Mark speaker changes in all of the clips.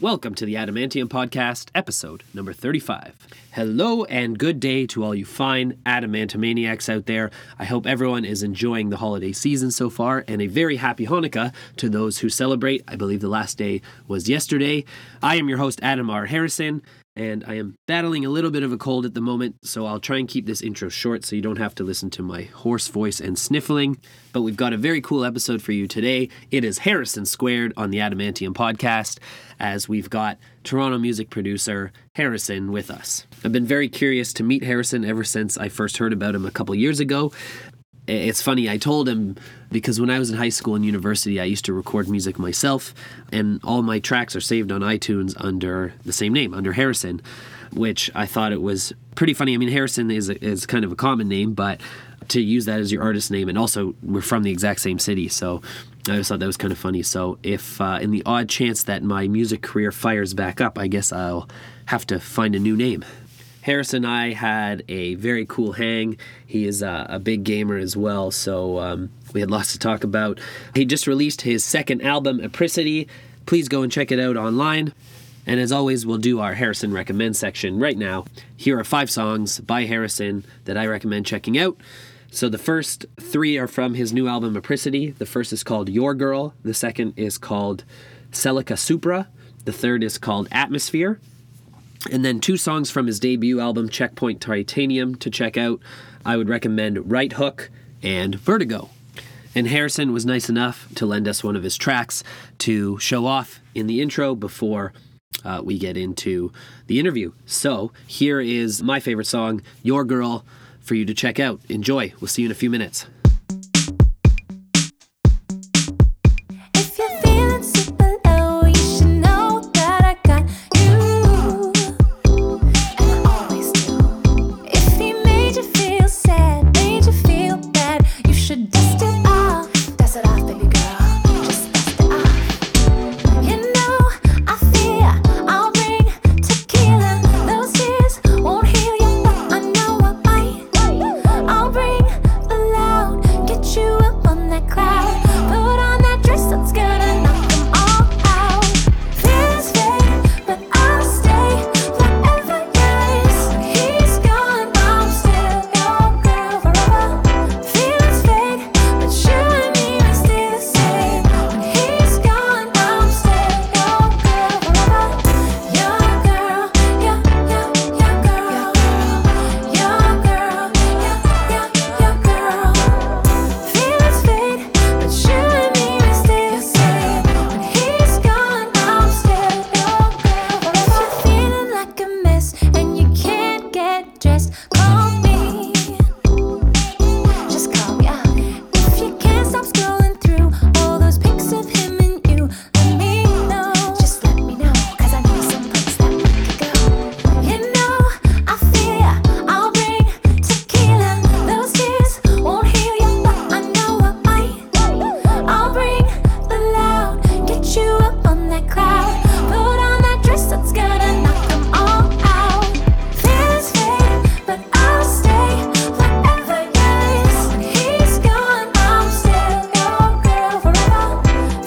Speaker 1: Welcome to the Adamantium Podcast, episode number 35. Hello and good day to all you fine adamantomaniacs out there. I hope everyone is enjoying the holiday season so far and a very happy Hanukkah to those who celebrate. I believe the last day was yesterday. I am your host, Adam R. Harrison, and I am battling a little bit of a cold at the moment, so I'll try and keep this intro short so you don't have to listen to my hoarse voice and sniffling. But we've got a very cool episode for you today. It is Harrison Squared on the Adamantium podcast, as we've got Toronto music producer Harrison with us. I've been very curious to meet Harrison ever since I first heard about him a couple years ago it's funny i told him because when i was in high school and university i used to record music myself and all my tracks are saved on itunes under the same name under harrison which i thought it was pretty funny i mean harrison is, a, is kind of a common name but to use that as your artist name and also we're from the exact same city so i just thought that was kind of funny so if uh, in the odd chance that my music career fires back up i guess i'll have to find a new name Harris and I had a very cool hang. He is uh, a big gamer as well, so um, we had lots to talk about. He just released his second album, Apricity. Please go and check it out online. And as always, we'll do our Harrison Recommend section right now. Here are five songs by Harrison that I recommend checking out. So the first three are from his new album, Apricity. The first is called Your Girl, the second is called Celica Supra, the third is called Atmosphere and then two songs from his debut album checkpoint titanium to check out i would recommend right hook and vertigo and harrison was nice enough to lend us one of his tracks to show off in the intro before uh, we get into the interview so here is my favorite song your girl for you to check out enjoy we'll see you in a few minutes
Speaker 2: If you're feeling super low, you should know that I got you. And I always do. If he made you feel sad, made you feel bad, you should dust it off. Dust it off, baby girl. Just dust it off. You know I fear I'll bring tequila. Those tears won't heal you, but I know I might. I'll bring the loud, get you up on that cloud. Put on that dress that's gonna knock 'em all out. Feelings fade, but I'll stay forever. Yes, he's gone, but I'm still your girl forever. Feelings fade, but you and me are still the same. When he's gone, I'm still your girl forever. Your girl, your your your girl, your girl, your your your girl. Feelings fade, but you and me are still the same. When he's gone, I'm still your girl. If you're feeling like a mess and you can't get dressed, call me. Just call me up. If you can't stop scrolling through all those pics of him and you, let me know. Just let me know, 'cause I know some place that we could go. You know I fear I'll bring tequila. Those tears won't heal you, but I know I might. I'll bring the loud, get you up on that cloud. Put on that dress that's gonna knock 'em all out. Feelings fade, but I'll stay forever. Yes, when he's gone, I'm still your girl forever.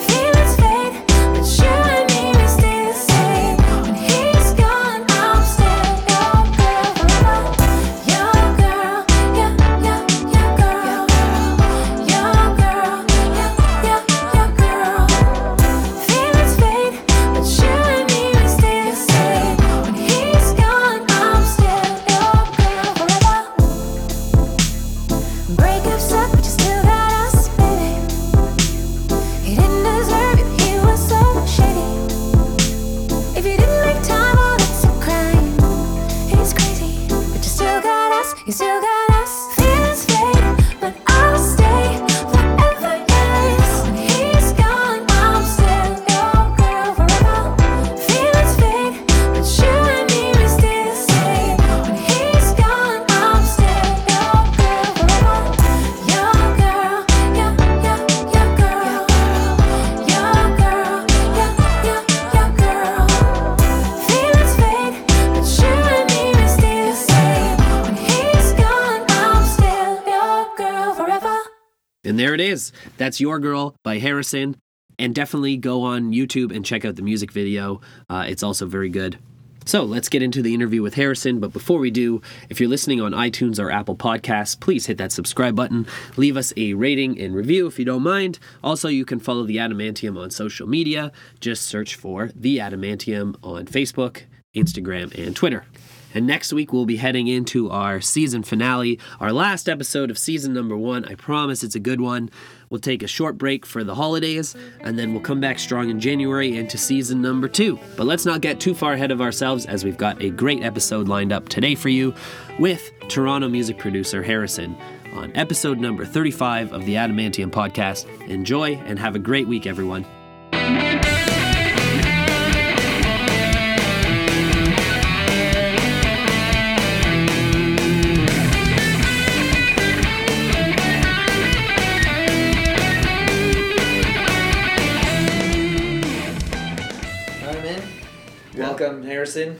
Speaker 2: Feelings fade, but you and me we stay the same. When he's gone, I'm still your girl forever. Your girl, your your your girl, your girl, your your your girl. Feelings fade, but you and me we stay the same. When he's gone, I'm still your girl forever. Breakups suck, but you still got us, baby. He didn't deserve it, he was so shitty. If you didn't make time, oh, that's a crime. He's crazy, but you still got us, you still got us. Feelings fade, but I'll stay forever, yes. When he's gone, I'm still your girl forever. Feelings fade, but you and me, we stay the same. When he's gone, I'm still your girl forever. Your girl, your, your, your girl. Your girl, your, your, your girl. Feelings fade, but you and me we stay the same. When he's gone, I'm still your girl forever.
Speaker 1: And there it is. That's Your Girl by Harrison. And definitely go on YouTube and check out the music video. Uh, it's also very good. So let's get into the interview with Harrison. But before we do, if you're listening on iTunes or Apple Podcasts, please hit that subscribe button. Leave us a rating and review if you don't mind. Also, you can follow The Adamantium on social media. Just search for The Adamantium on Facebook, Instagram, and Twitter. And next week, we'll be heading into our season finale, our last episode of season number one. I promise it's a good one. We'll take a short break for the holidays, and then we'll come back strong in January into season number two. But let's not get too far ahead of ourselves as we've got a great episode lined up today for you with Toronto music producer Harrison on episode number 35 of the Adamantium podcast. Enjoy and have a great week, everyone.
Speaker 3: All right, man. Welcome, Harrison.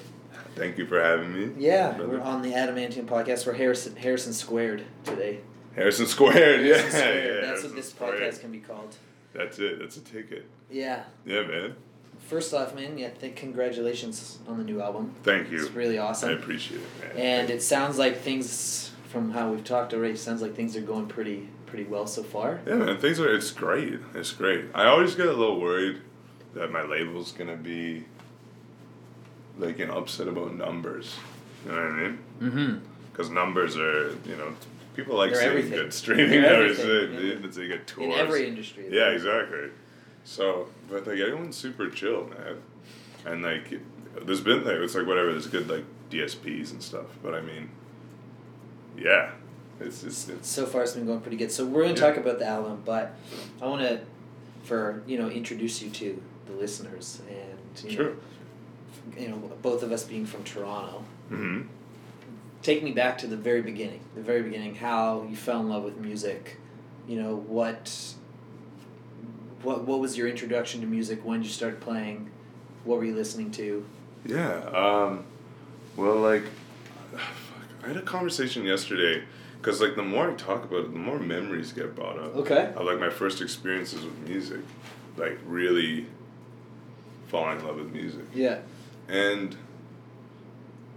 Speaker 4: Thank you for having me.
Speaker 3: Yeah,
Speaker 4: brother.
Speaker 3: we're on the Adamantium podcast. We're Harrison Harrison squared today.
Speaker 4: Harrison Squared. Yeah,
Speaker 3: Harrison squared.
Speaker 4: yeah,
Speaker 3: That's
Speaker 4: Harrison
Speaker 3: what this
Speaker 4: Squared.
Speaker 3: podcast can be called.
Speaker 4: That's it. That's a ticket.
Speaker 3: Yeah.
Speaker 4: Yeah, man.
Speaker 3: First off, man, yeah, th- congratulations on the new album.
Speaker 4: Thank you.
Speaker 3: It's really awesome.
Speaker 4: I appreciate it, man.
Speaker 3: and it sounds like things from how we've talked already. Sounds like things are going pretty pretty well so far.
Speaker 4: yeah, man. Things are. It's great. It's great. I always get a little worried that my label's gonna be like an upset about numbers. You know what I mean?
Speaker 3: Mm-hmm.
Speaker 4: Because numbers are, you know, people like
Speaker 3: They're
Speaker 4: seeing
Speaker 3: everything.
Speaker 4: good streaming
Speaker 3: They're
Speaker 4: numbers.
Speaker 3: everything,
Speaker 4: They,
Speaker 3: yeah.
Speaker 4: they, they get tours.
Speaker 3: In every industry.
Speaker 4: Yeah, exactly. So, but like everyone's super chill, man. And like, there's been like it's like whatever. There's good like DSPs and stuff, but I mean, yeah, it's it's it's
Speaker 3: so far it's been going pretty good. So we're going to
Speaker 4: Yeah.
Speaker 3: talk about the album, but I want to, for you know, introduce you to the listeners and you
Speaker 4: Sure.
Speaker 3: know, you know, both of us being from Toronto.
Speaker 4: hmm
Speaker 3: Take me back to the very beginning, the very beginning, how you fell in love with music. You know what. What what was your introduction to music? When did you start playing? What were you listening to?
Speaker 4: yeah. Um, well, like, ah, fuck, I had a conversation yesterday because like the more I talk about it, the more memories get brought up.
Speaker 3: Okay.
Speaker 4: of like my first experiences with music, like really falling in love with music.
Speaker 3: Yeah.
Speaker 4: and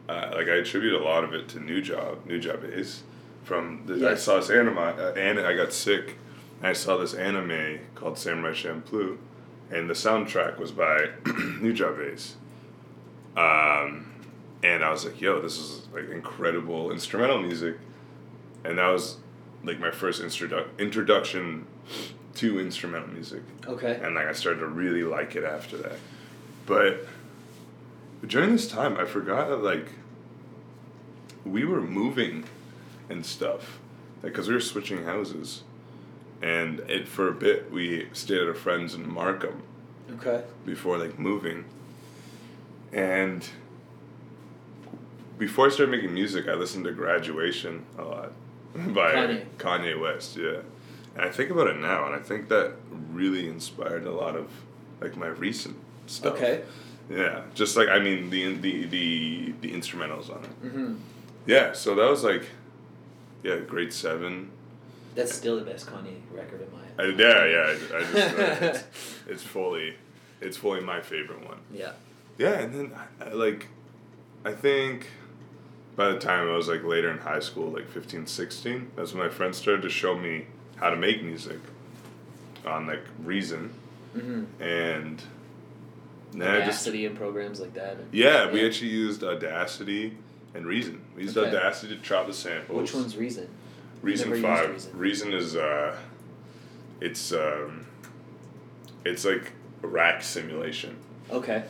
Speaker 4: uh, like I attribute a lot of it to New Job. New Job is from the, I
Speaker 3: Yes.
Speaker 4: saw this anime, uh, and I got sick, and I saw this anime called Samurai Champloo, and the soundtrack was by New Job Ace. Um, and I was like, "Yo, this is like incredible instrumental music," and that was like my first introdu- introduction to instrumental music
Speaker 3: Okay.
Speaker 4: and like I started to really like it after that. But during this time, I forgot that like we were moving and stuff, like because we were switching houses, and it for a bit we stayed at a friend's in Markham
Speaker 3: Okay.
Speaker 4: before like moving, and before I started making music, I listened to Graduation a lot by
Speaker 3: Kanye.
Speaker 4: Kanye, West. Yeah, and I think about it now, and I think that really inspired a lot of like my recent stuff.
Speaker 3: Okay.
Speaker 4: Yeah, just like I mean the the the the instrumentals on it.
Speaker 3: Mm-hmm.
Speaker 4: Yeah, so that was like, yeah, grade seven.
Speaker 3: That's still the best Kanye record in my.
Speaker 4: I, yeah, yeah. I, I just it's, it's fully, it's fully my favorite one.
Speaker 3: yeah.
Speaker 4: Yeah, and then I, I, like, I think by the time I was like later in high school, like 15, 16, that's when my friends started to show me how to make music on like Reason,
Speaker 3: Mm-hmm.
Speaker 4: and then I just
Speaker 3: Audacity and programs like that.
Speaker 4: yeah, we actually used Audacity and Reason. We used
Speaker 3: Okay.
Speaker 4: Audacity to chop the samples.
Speaker 3: Which one's Reason?
Speaker 4: Reason
Speaker 3: Never used
Speaker 4: five.
Speaker 3: Reason.
Speaker 4: Reason. is uh, it's um, it's like a rack simulation
Speaker 3: Okay.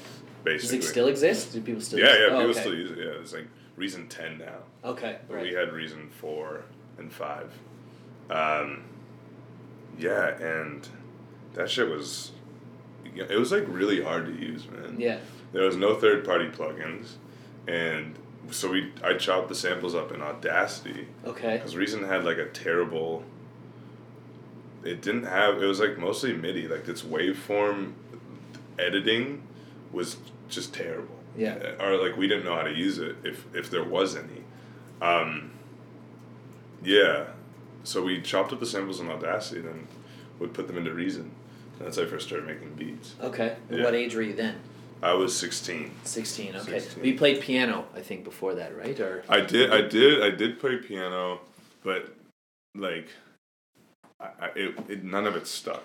Speaker 3: Does
Speaker 4: basically.
Speaker 3: it still exist? Do people still?
Speaker 4: yeah,
Speaker 3: use
Speaker 4: yeah,
Speaker 3: it? Oh,
Speaker 4: people
Speaker 3: okay.
Speaker 4: still use it. Yeah, it's like Reason ten now.
Speaker 3: Okay,
Speaker 4: But
Speaker 3: right.
Speaker 4: We had Reason four and five. Um, yeah, and that shit was, it was like really hard to use, man.
Speaker 3: Yeah.
Speaker 4: There was no third party plugins, and so we I chopped the samples up in Audacity.
Speaker 3: Okay.
Speaker 4: Because Reason had like a terrible. It didn't have. It was like mostly MIDI. Like its waveform editing was just terrible. Uh,
Speaker 3: Yeah.
Speaker 4: Or like we didn't know how to use it if if there was any. Um, yeah. So we chopped up the samples in Audacity and then would put them into Reason. That's how I first started making beats.
Speaker 3: Okay.
Speaker 4: Yeah.
Speaker 3: What age were you then?
Speaker 4: I was 16.
Speaker 3: 16. Okay.
Speaker 4: 16.
Speaker 3: We played piano, I think, before that, right? Or
Speaker 4: I did, I did, I did play piano, but like, I, I, it, it, none of it stuck.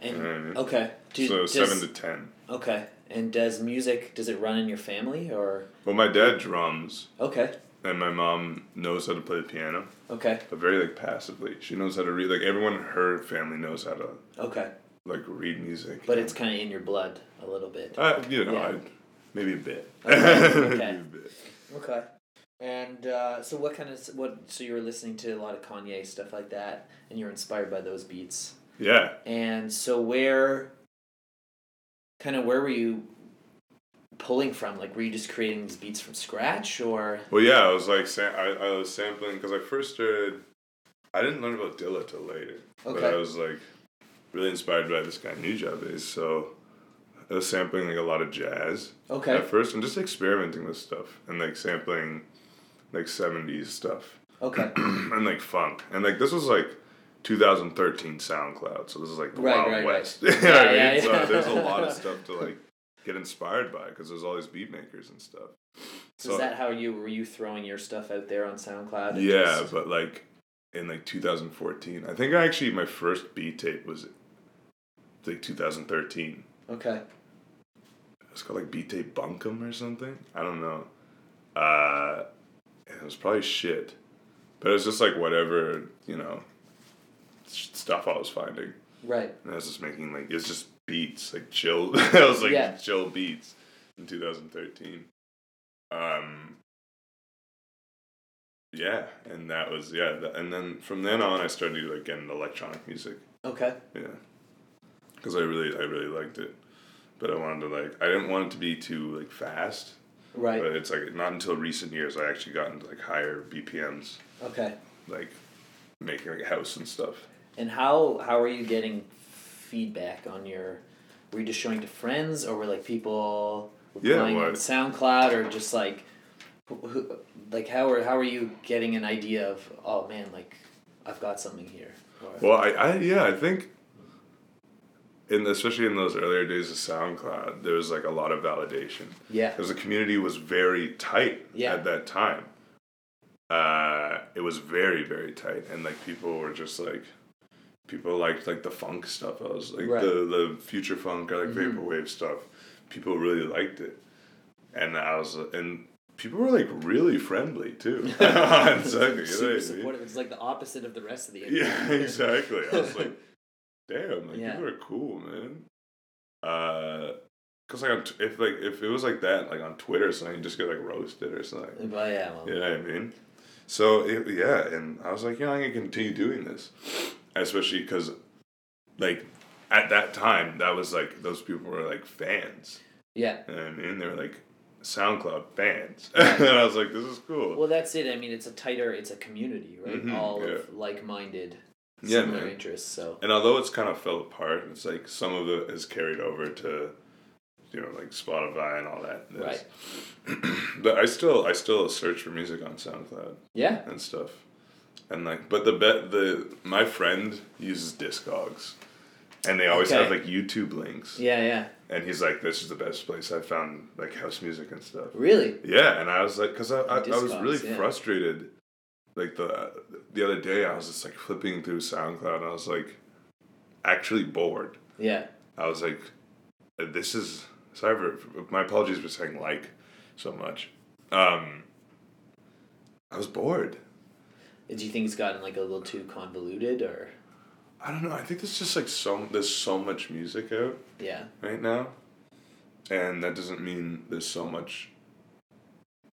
Speaker 3: and
Speaker 4: Mm.
Speaker 3: okay. Do,
Speaker 4: so
Speaker 3: does,
Speaker 4: seven to ten.
Speaker 3: okay. And does music does it run in your family or
Speaker 4: Well, my dad drums,
Speaker 3: okay?
Speaker 4: and my mom knows how to play the piano,
Speaker 3: Okay.
Speaker 4: but very like passively. She knows how to read. Like everyone in her family knows how to
Speaker 3: Okay.
Speaker 4: like read music.
Speaker 3: But it's kind of in your blood a little bit.
Speaker 4: Uh, you know,
Speaker 3: Yeah.
Speaker 4: I, maybe a bit.
Speaker 3: Okay,
Speaker 4: Maybe
Speaker 3: okay.
Speaker 4: a bit.
Speaker 3: Okay. And uh, so what kind of what so you were listening to a lot of Kanye stuff like that and you were inspired by those beats.
Speaker 4: Yeah.
Speaker 3: And so where kind of where were you pulling from? Like were you just creating these beats from scratch or
Speaker 4: Well, yeah, I was like, sam- I, I was sampling because I first started. I didn't learn about Dilla till later, but
Speaker 3: Okay.
Speaker 4: I was like really inspired by this guy New Job is. So I was sampling like a lot of jazz
Speaker 3: Okay.
Speaker 4: Uh, at first, and just experimenting with stuff and like sampling like seventies stuff
Speaker 3: Okay.
Speaker 4: and like funk and like this was like. 2013 SoundCloud, so this is like the
Speaker 3: Right,
Speaker 4: Wild
Speaker 3: right, right.
Speaker 4: West. You know
Speaker 3: Yeah,
Speaker 4: what I mean?
Speaker 3: yeah, yeah.
Speaker 4: So there's a lot of stuff to like get inspired by because there's all these beat makers and stuff.
Speaker 3: So is that how you were you throwing your stuff out there on SoundCloud? and
Speaker 4: Yeah,
Speaker 3: just-
Speaker 4: but like in like 2014, I think I actually my first beat tape was like 2013.
Speaker 3: okay.
Speaker 4: It's called like beat tape bunkum or something. I don't know. Uh, and it was probably shit, but it was just like whatever you know s- stuff I was finding,
Speaker 3: Right.
Speaker 4: and I was just making like it's just beats like chill. I was like
Speaker 3: Yeah.
Speaker 4: chill beats in 2013. Um, Yeah, and that was yeah, th and then from then on, I started like getting electronic music.
Speaker 3: Okay.
Speaker 4: Yeah, because I really I really liked it, but I wanted to like I didn't want it to be too like fast.
Speaker 3: Right.
Speaker 4: But it's like not until recent years I actually got into like higher BPMs,
Speaker 3: Okay.
Speaker 4: like making like house and stuff.
Speaker 3: And how how are you getting feedback on your? Were you just showing to friends, or were like people
Speaker 4: Yeah,
Speaker 3: replying
Speaker 4: well,
Speaker 3: on
Speaker 4: I-
Speaker 3: SoundCloud, or just like, who, who, like how are how are you getting an idea of? Oh man, like I've got something here. Or,
Speaker 4: Well, I, I yeah, I think. In especially in those earlier days of SoundCloud, there was like a lot of validation.
Speaker 3: yeah.
Speaker 4: because the community was very tight
Speaker 3: Yeah.
Speaker 4: at that time. Uh, it was very very tight, and like people were just like, people liked like the funk stuff. I was like
Speaker 3: Right. Mm-hmm.
Speaker 4: the the future funk or like vaporwave stuff. People really liked it, and I was and people were like really friendly too. On second, you know what I
Speaker 3: Super
Speaker 4: mean?
Speaker 3: supportive. It's like the opposite of the rest of the.
Speaker 4: Yeah, exactly. I was like, damn, like
Speaker 3: Yeah.
Speaker 4: people are cool, man. Uh, cause like on t- if like if it was like that like on Twitter or something, you just get like roasted or something.
Speaker 3: Well, yeah. Well,
Speaker 4: You know what I mean? So it, yeah, and I was like, you know, I'm gonna continue doing this, especially because like at that time that was like those people were like fans,
Speaker 3: yeah.
Speaker 4: you know what I mean? They were like SoundCloud fans,
Speaker 3: Right.
Speaker 4: and I was like, this is cool.
Speaker 3: Well, that's it. I mean, it's a tighter. It's a community, right?
Speaker 4: Mhm,
Speaker 3: All
Speaker 4: yeah.
Speaker 3: of like-minded,
Speaker 4: Yeah,
Speaker 3: similar
Speaker 4: man.
Speaker 3: interests. So.
Speaker 4: And although it's kind of fell apart, it's like some of it is carried over to, you know, like Spotify and all that.
Speaker 3: Right.
Speaker 4: but I still I still search for music on SoundCloud
Speaker 3: Yeah.
Speaker 4: and stuff, and like but the bet the my friend uses Discogs, and they always have
Speaker 3: Okay.
Speaker 4: like YouTube links,
Speaker 3: Yeah. Yeah.
Speaker 4: and he's like, "This is the best place I found like house music and stuff."
Speaker 3: Really.
Speaker 4: Yeah, and I was like, because I, I, I was
Speaker 3: Discogs,
Speaker 4: really
Speaker 3: yeah.
Speaker 4: frustrated. Like the the other day, I was just like flipping through SoundCloud, and I was like, actually bored.
Speaker 3: Yeah.
Speaker 4: I was like, uh, this is sorry for my apologies for saying like so much. Um, I was bored.
Speaker 3: Do you think it's gotten like a little too convoluted or
Speaker 4: I don't know. I think there's just like so there's so much music out
Speaker 3: yeah.
Speaker 4: right now, and that doesn't mean there's so much.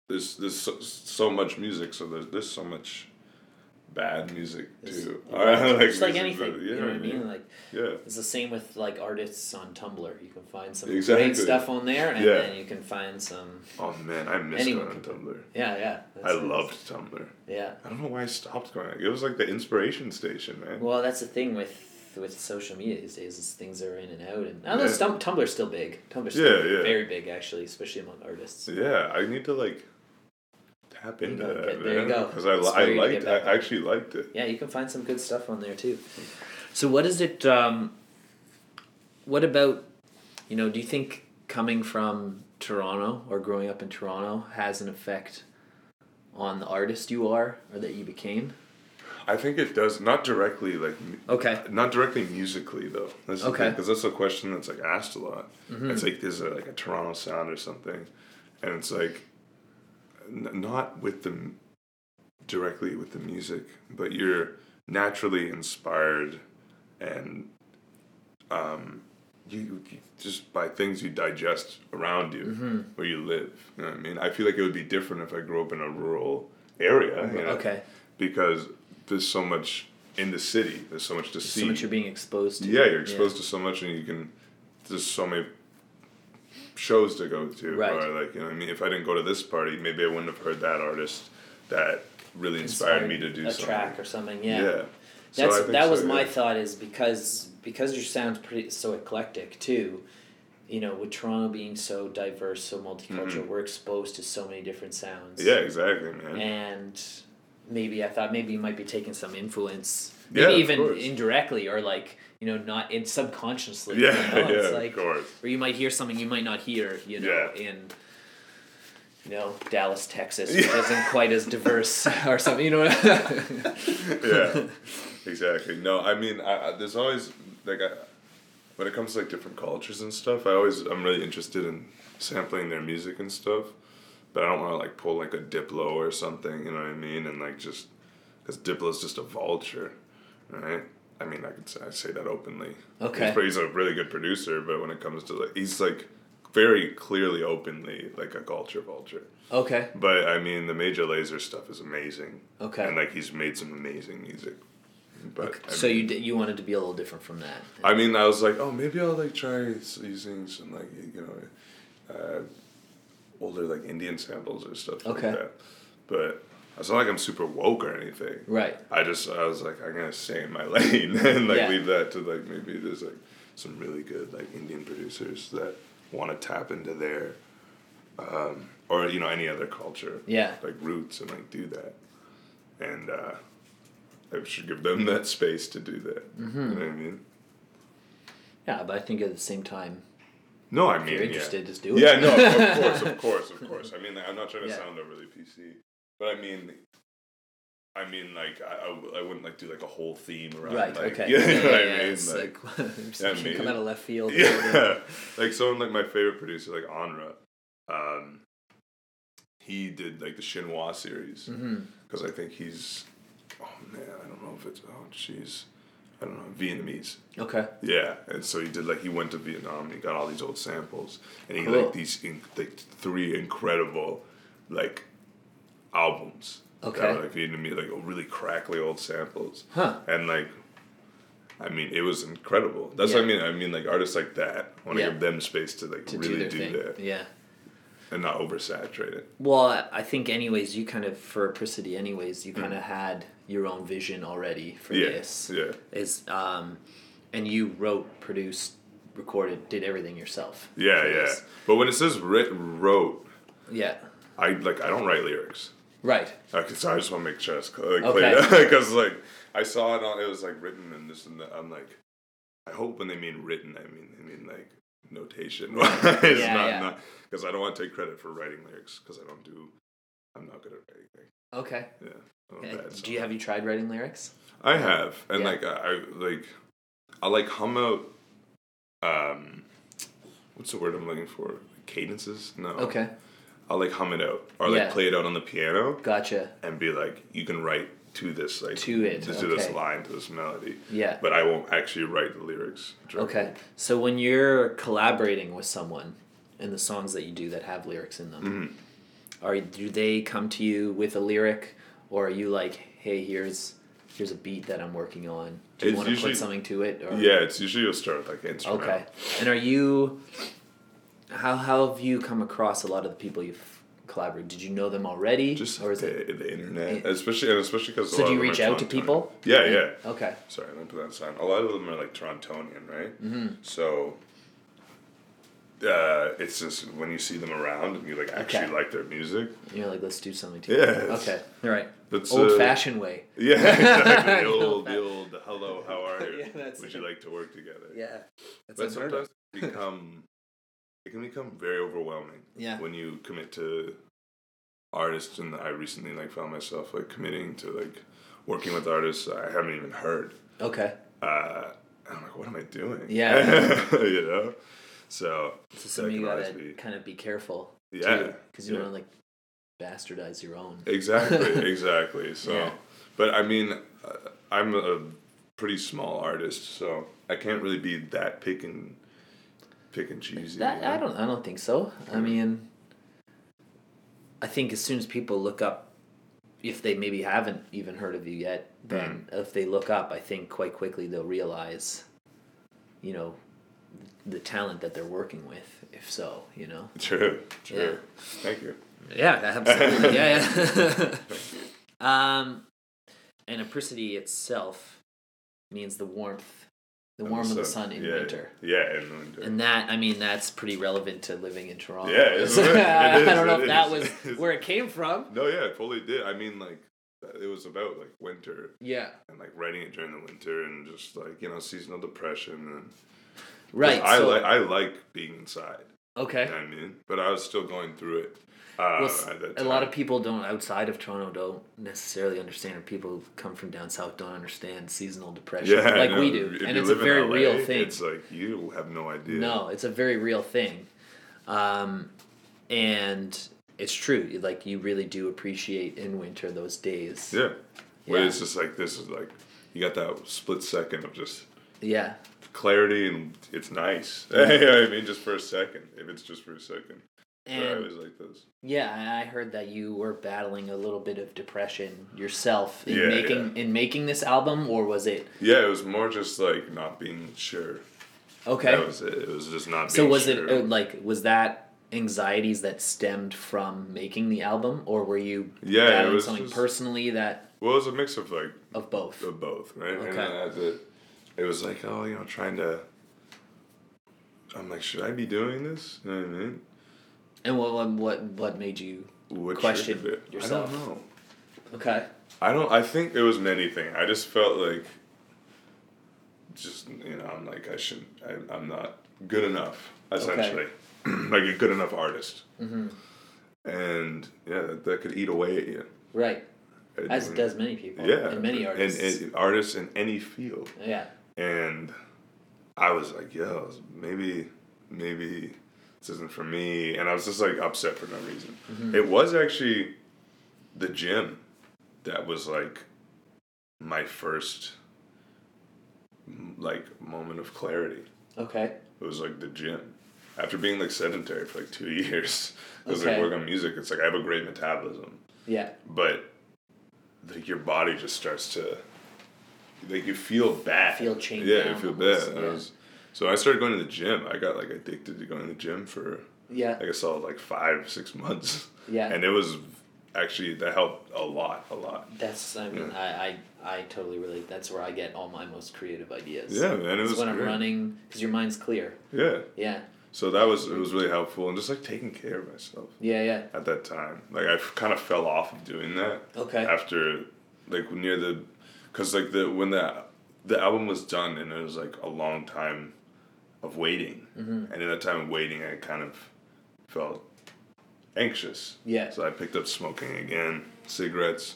Speaker 4: There's there's so, so much music, so there's there's so much bad music
Speaker 3: It's,
Speaker 4: too.
Speaker 3: it's like
Speaker 4: music
Speaker 3: anything.
Speaker 4: that-
Speaker 3: you know what I mean? Like
Speaker 4: yeah,
Speaker 3: it's the same with like artists on Tumblr. You can find some
Speaker 4: Exactly.
Speaker 3: great stuff on there and
Speaker 4: Yeah.
Speaker 3: then you can find some
Speaker 4: oh man, I missed
Speaker 3: Anyone
Speaker 4: going on
Speaker 3: can-
Speaker 4: Tumblr.
Speaker 3: Yeah, yeah. That's
Speaker 4: I
Speaker 3: nice.
Speaker 4: loved Tumblr.
Speaker 3: Yeah.
Speaker 4: I don't know why I stopped going. It was like the inspiration station, man.
Speaker 3: Well, that's the thing with with social media these days is things are in and out and I know
Speaker 4: Yeah.
Speaker 3: Stum- Tumblr's still big. Tumblr's
Speaker 4: Yeah,
Speaker 3: still
Speaker 4: yeah.
Speaker 3: very big actually, especially among artists.
Speaker 4: yeah, I need to like tap into
Speaker 3: gotta
Speaker 4: that.
Speaker 3: get- there you go.
Speaker 4: Because I,
Speaker 3: It's
Speaker 4: li- I
Speaker 3: where you get
Speaker 4: liked.
Speaker 3: back
Speaker 4: I actually liked it.
Speaker 3: Yeah, you can find some good stuff on there too. So what is it? Um, What about, you know, do you think coming from Toronto or growing up in Toronto has an effect on the artist you are or that you became?
Speaker 4: I think it does not directly like mu-
Speaker 3: Okay.
Speaker 4: not directly musically though. That's
Speaker 3: Okay. Mm-hmm.
Speaker 4: because that's a question that's like asked a lot. It's like is there like a Toronto sound or something, and it's like n- not with the m- directly with the music, but you're naturally inspired and um, you, you just by things you digest around you
Speaker 3: Mm-hmm.
Speaker 4: where you live. You know what I mean, I feel like it would be different if I grew up in a rural area. You know?
Speaker 3: Okay.
Speaker 4: because there's so much in the city. There's so much to see.
Speaker 3: So much you're being exposed to.
Speaker 4: yeah, you're exposed to so much, and you can. There's so many shows to go to.
Speaker 3: Right.
Speaker 4: Or like you know, what I mean, if I didn't go to this party, maybe I wouldn't have heard that artist that really inspired, me to do
Speaker 3: a
Speaker 4: something.
Speaker 3: track or something.
Speaker 4: yeah. So
Speaker 3: That's
Speaker 4: I think
Speaker 3: that
Speaker 4: so,
Speaker 3: was my
Speaker 4: yeah.
Speaker 3: thought is because because your sound's pretty so eclectic too, you know, with Toronto being so diverse, so multicultural, we're exposed to so many different sounds.
Speaker 4: Mm-hmm. Yeah, exactly, man.
Speaker 3: And maybe I thought maybe you might be taking some influence,
Speaker 4: Yeah,
Speaker 3: maybe
Speaker 4: of
Speaker 3: even
Speaker 4: course.
Speaker 3: indirectly or like you know not in subconsciously. you
Speaker 4: yeah,
Speaker 3: know?
Speaker 4: yeah,
Speaker 3: It's
Speaker 4: of
Speaker 3: like-
Speaker 4: course.
Speaker 3: Or you might hear something you might not hear, you know,
Speaker 4: Yeah.
Speaker 3: in you know Dallas, Texas, which
Speaker 4: Yeah.
Speaker 3: isn't quite as diverse or something. You know.
Speaker 4: yeah, exactly. No, I mean, I, I, there's always like I, when it comes to like different cultures and stuff. I always I'm really interested in sampling their music and stuff, but I don't want to like pull like a Diplo or something. You know what I mean? And like just because Diplo's just a vulture, right? I mean, I could say, I say that openly.
Speaker 3: Okay.
Speaker 4: He's, but he's a really good producer, but when it comes to like, he's like very clearly openly like a culture vulture.
Speaker 3: okay.
Speaker 4: But I mean, the Major Laser stuff is amazing.
Speaker 3: Okay.
Speaker 4: And like he's made some amazing music. But I
Speaker 3: So
Speaker 4: mean,
Speaker 3: you d- you wanted to be a little different from that.
Speaker 4: I mean, I was like, oh, maybe I'll like try s- using some like you know, uh, older like Indian samples or stuff
Speaker 3: Okay.
Speaker 4: like that. But it's not like I'm super woke or anything.
Speaker 3: Right.
Speaker 4: I just I was like I'm gonna stay in my lane and like
Speaker 3: Yeah.
Speaker 4: leave that to like maybe there's like some really good like Indian producers that want to tap into their, um, or you know any other culture
Speaker 3: Yeah.
Speaker 4: like roots and like do that, and uh, I should give them that space to do that. You know what I mean?
Speaker 3: Yeah, but I think at the same time,
Speaker 4: No, I mean
Speaker 3: you're
Speaker 4: yeah.
Speaker 3: interested, just do it.
Speaker 4: Yeah, no, of course, of course, of course. I mean, like, I'm not trying to
Speaker 3: Yeah.
Speaker 4: sound overly PC, but I mean, I mean, like, I, I, w- I wouldn't like do like a whole theme around.
Speaker 3: right.
Speaker 4: like,
Speaker 3: okay.
Speaker 4: You know what I mean?
Speaker 3: It's
Speaker 4: like,
Speaker 3: like, just
Speaker 4: Yeah, I
Speaker 3: come
Speaker 4: mean-
Speaker 3: out of left field.
Speaker 4: yeah, like someone like my favorite producer, like Anra, um, he did like the Shinwa series
Speaker 3: Mhm.
Speaker 4: because I think he's, oh man, I don't know if it's oh jeez, I don't know Vietnamese.
Speaker 3: Okay.
Speaker 4: Yeah, and so he did like he went to Vietnam and he got all these old samples and he
Speaker 3: Cool.
Speaker 4: like these in, like three incredible like albums.
Speaker 3: Okay.
Speaker 4: That were, like Vietnamese, like really crackly old samples.
Speaker 3: Huh.
Speaker 4: And like, I mean, it was incredible. That's what I
Speaker 3: Yeah.
Speaker 4: mean. I mean, like artists like that. I want to
Speaker 3: Yeah.
Speaker 4: give them space to like
Speaker 3: To do
Speaker 4: really
Speaker 3: their
Speaker 4: do,
Speaker 3: thing.
Speaker 4: that
Speaker 3: Yeah.
Speaker 4: and not oversaturate it.
Speaker 3: Well, I- I think anyways, you kind of for Priscity anyways, you
Speaker 4: Mm.
Speaker 3: kind of had your own vision already for
Speaker 4: Yeah,
Speaker 3: this.
Speaker 4: yeah.
Speaker 3: Is um, and you wrote, produced, recorded, did everything yourself.
Speaker 4: Yeah,
Speaker 3: for
Speaker 4: yeah.
Speaker 3: this.
Speaker 4: But when it says writ wrote,
Speaker 3: Yeah.
Speaker 4: I like I don't write lyrics.
Speaker 3: Right.
Speaker 4: Okay, so I just want to make sure it's clear.
Speaker 3: Okay.
Speaker 4: Because, like, I saw it on, it was, like, written and this and that. I'm like, I hope when they mean written, I mean, they mean, like, notation. it's
Speaker 3: Yeah,
Speaker 4: not,
Speaker 3: yeah.
Speaker 4: not, because I don't want to take credit for writing lyrics, because I don't do, I'm not good at writing lyrics.
Speaker 3: Okay.
Speaker 4: Yeah. I'm
Speaker 3: Uh,
Speaker 4: bad, so-
Speaker 3: Do you have you tried writing lyrics?
Speaker 4: I have, and
Speaker 3: Yeah.
Speaker 4: like I, I like, I like hum out. Um, what's the word I'm looking for? Cadences? No.
Speaker 3: Okay.
Speaker 4: I like hum it out, or like
Speaker 3: Yeah.
Speaker 4: play it out on the piano
Speaker 3: Gotcha.
Speaker 4: and be like, you can write to this like
Speaker 3: To it,
Speaker 4: to this
Speaker 3: okay.
Speaker 4: line, to this melody.
Speaker 3: Yeah.
Speaker 4: But I won't actually write the lyrics. directly.
Speaker 3: Okay. So when you're collaborating with someone and the songs that you do that have lyrics in them,
Speaker 4: Mm-hmm.
Speaker 3: are do they come to you with a lyric or are you like, "Hey, here's here's a beat that I'm working on. Do you
Speaker 4: It's
Speaker 3: want to
Speaker 4: usually-
Speaker 3: put something to it?" Or
Speaker 4: Yeah, it's usually you'll start with, like an instrument.
Speaker 3: Okay. And are you how how have you come across a lot of the people you've collaborated? Did you know them already
Speaker 4: Just
Speaker 3: or is
Speaker 4: the,
Speaker 3: it
Speaker 4: the internet,
Speaker 3: Eh.
Speaker 4: especially and especially because.
Speaker 3: So do you reach out to people?
Speaker 4: Yeah, yeah.
Speaker 3: Okay.
Speaker 4: Sorry, I didn't put that sign. A lot of them are like Torontonian, right? Mm-hmm. So uh, it's just when you see them around and you like actually
Speaker 3: Okay.
Speaker 4: like their music.
Speaker 3: You're like, let's do something
Speaker 4: Yeah,
Speaker 3: together.
Speaker 4: it's-
Speaker 3: Okay. All right.
Speaker 4: That's,
Speaker 3: Old
Speaker 4: uh,
Speaker 3: fashioned way.
Speaker 4: Yeah, exactly. the old, the old hello, how are you?
Speaker 3: Yeah, that's
Speaker 4: Would
Speaker 3: it.
Speaker 4: you like to work together?
Speaker 3: Yeah. That's
Speaker 4: but
Speaker 3: unheard of.
Speaker 4: sometimes it become it can become very overwhelming.
Speaker 3: Yeah.
Speaker 4: When you commit to artists, and I recently like found myself like committing to like working with artists I haven't even heard.
Speaker 3: Okay.
Speaker 4: Uh, I'm like, what am I doing?
Speaker 3: Yeah.
Speaker 4: you know. So
Speaker 3: So
Speaker 4: that
Speaker 3: some you
Speaker 4: can always
Speaker 3: gotta kind of be careful.
Speaker 4: Yeah,
Speaker 3: Because you
Speaker 4: yeah.
Speaker 3: don't want to like bastardize your own.
Speaker 4: Exactly, exactly. So,
Speaker 3: Yeah.
Speaker 4: but I mean, uh, I'm a pretty small artist, so I can't really be that pick and pick and choosy.
Speaker 3: That
Speaker 4: you know?
Speaker 3: I don't I don't think so. I mean I think as soon as people look up if they maybe haven't even heard of you yet,
Speaker 4: Hmm.
Speaker 3: then if they look up, I think quite quickly they'll realize, you know, the talent that they're working with, if so, you know.
Speaker 4: True, true.
Speaker 3: Yeah.
Speaker 4: Thank you.
Speaker 3: Yeah, absolutely. yeah, yeah. um, and apricity itself means the warmth, the warmth of the sun in
Speaker 4: yeah,
Speaker 3: winter.
Speaker 4: Yeah, in winter.
Speaker 3: And that, I mean, that's pretty relevant to living in Toronto.
Speaker 4: Yeah, it is. It
Speaker 3: I don't know if
Speaker 4: is, it
Speaker 3: that
Speaker 4: is,
Speaker 3: was
Speaker 4: it is.
Speaker 3: where it came from.
Speaker 4: no, yeah, it totally did. I mean, like, it was about like winter
Speaker 3: Yeah.
Speaker 4: and like writing it during the winter and just like you know seasonal depression and 'cause
Speaker 3: Right.
Speaker 4: I
Speaker 3: so,
Speaker 4: like I like being inside.
Speaker 3: okay.
Speaker 4: You know what I mean, but I was still going through it. Uh,
Speaker 3: Well, s-
Speaker 4: at that
Speaker 3: a lot
Speaker 4: time.
Speaker 3: of people don't outside of Toronto don't necessarily understand, or people who come from down south don't understand seasonal depression
Speaker 4: I
Speaker 3: like we
Speaker 4: know.
Speaker 3: do,
Speaker 4: If
Speaker 3: and
Speaker 4: you
Speaker 3: it's a
Speaker 4: live in
Speaker 3: very
Speaker 4: LA,
Speaker 3: real thing.
Speaker 4: It's like you have no idea.
Speaker 3: No, it's a very real thing. Um, and it's true. You- Like, you really do appreciate in winter those days.
Speaker 4: Yeah. Where
Speaker 3: Yeah.
Speaker 4: it's just like this is like you got that split second of just
Speaker 3: Yeah.
Speaker 4: clarity and it's nice. you know what I mean, just for a second. If it's just for a second. So I
Speaker 3: And
Speaker 4: always like this.
Speaker 3: yeah, I I heard that you were battling a little bit of depression yourself in
Speaker 4: Yeah,
Speaker 3: making in making this album, or was it
Speaker 4: Yeah, it was more just like not being sure.
Speaker 3: okay?
Speaker 4: That was it. It was just not.
Speaker 3: so
Speaker 4: being
Speaker 3: was
Speaker 4: sure.
Speaker 3: it uh, like was that anxieties that stemmed from making the album, or were you
Speaker 4: Yeah, it
Speaker 3: battling
Speaker 4: was
Speaker 3: something
Speaker 4: just-
Speaker 3: personally that
Speaker 4: Well, it was a mix of like
Speaker 3: of both?
Speaker 4: of both, right? And
Speaker 3: Okay.
Speaker 4: as it, it was like, oh, you know, trying to. I'm like, should I be doing this? You know what I mean?
Speaker 3: And what what- what what made you
Speaker 4: What
Speaker 3: Question
Speaker 4: triggered it?
Speaker 3: yourself.
Speaker 4: I don't know.
Speaker 3: okay?
Speaker 4: I don't. I think it was many things. I just felt like, just you know, I'm like I shouldn't. I, I'm not good enough. Essentially, like a good enough artist. Mm-hmm. And yeah, that, that could eat away at you.
Speaker 3: Right.
Speaker 4: It
Speaker 3: As
Speaker 4: would-
Speaker 3: does many people.
Speaker 4: Yeah,
Speaker 3: And many artists.
Speaker 4: and, and artists in any field.
Speaker 3: yeah.
Speaker 4: And I was like, yo, maybe, maybe this isn't for me. And I was just like upset for no reason. It was actually the gym that was like my first m- like moment of clarity.
Speaker 3: Okay.
Speaker 4: It was like the gym. After being like sedentary for like two years, it was
Speaker 3: Okay.
Speaker 4: like working on music. It's like I have a great metabolism
Speaker 3: Yeah.
Speaker 4: but like your body just starts to like you feel bad.
Speaker 3: Feel chained
Speaker 4: Yeah,
Speaker 3: down
Speaker 4: you feel bad.
Speaker 3: almost,
Speaker 4: I
Speaker 3: yeah.
Speaker 4: was- so I started going to the gym. I got like addicted to going to the gym for
Speaker 3: Yeah.
Speaker 4: like I saw like five six months.
Speaker 3: Yeah.
Speaker 4: and it was actually that helped a lot, a lot.
Speaker 3: That's I mean
Speaker 4: Yeah.
Speaker 3: I, I I totally relate. That's where I get all my most creative ideas.
Speaker 4: Yeah, man, it
Speaker 3: It's
Speaker 4: was
Speaker 3: when I'm
Speaker 4: great.
Speaker 3: running because your mind's clear.
Speaker 4: Yeah,
Speaker 3: Yeah.
Speaker 4: so that was it was really helpful and just like taking care of myself
Speaker 3: Yeah. Yeah.
Speaker 4: at that time. Like I kind of fell off of doing that.
Speaker 3: Okay.
Speaker 4: after like near the because like the when the the album was done and it was like a long time of waiting
Speaker 3: Mm-hmm.
Speaker 4: and in that time of waiting i kind of felt anxious
Speaker 3: Yeah.
Speaker 4: so i picked up smoking again cigarettes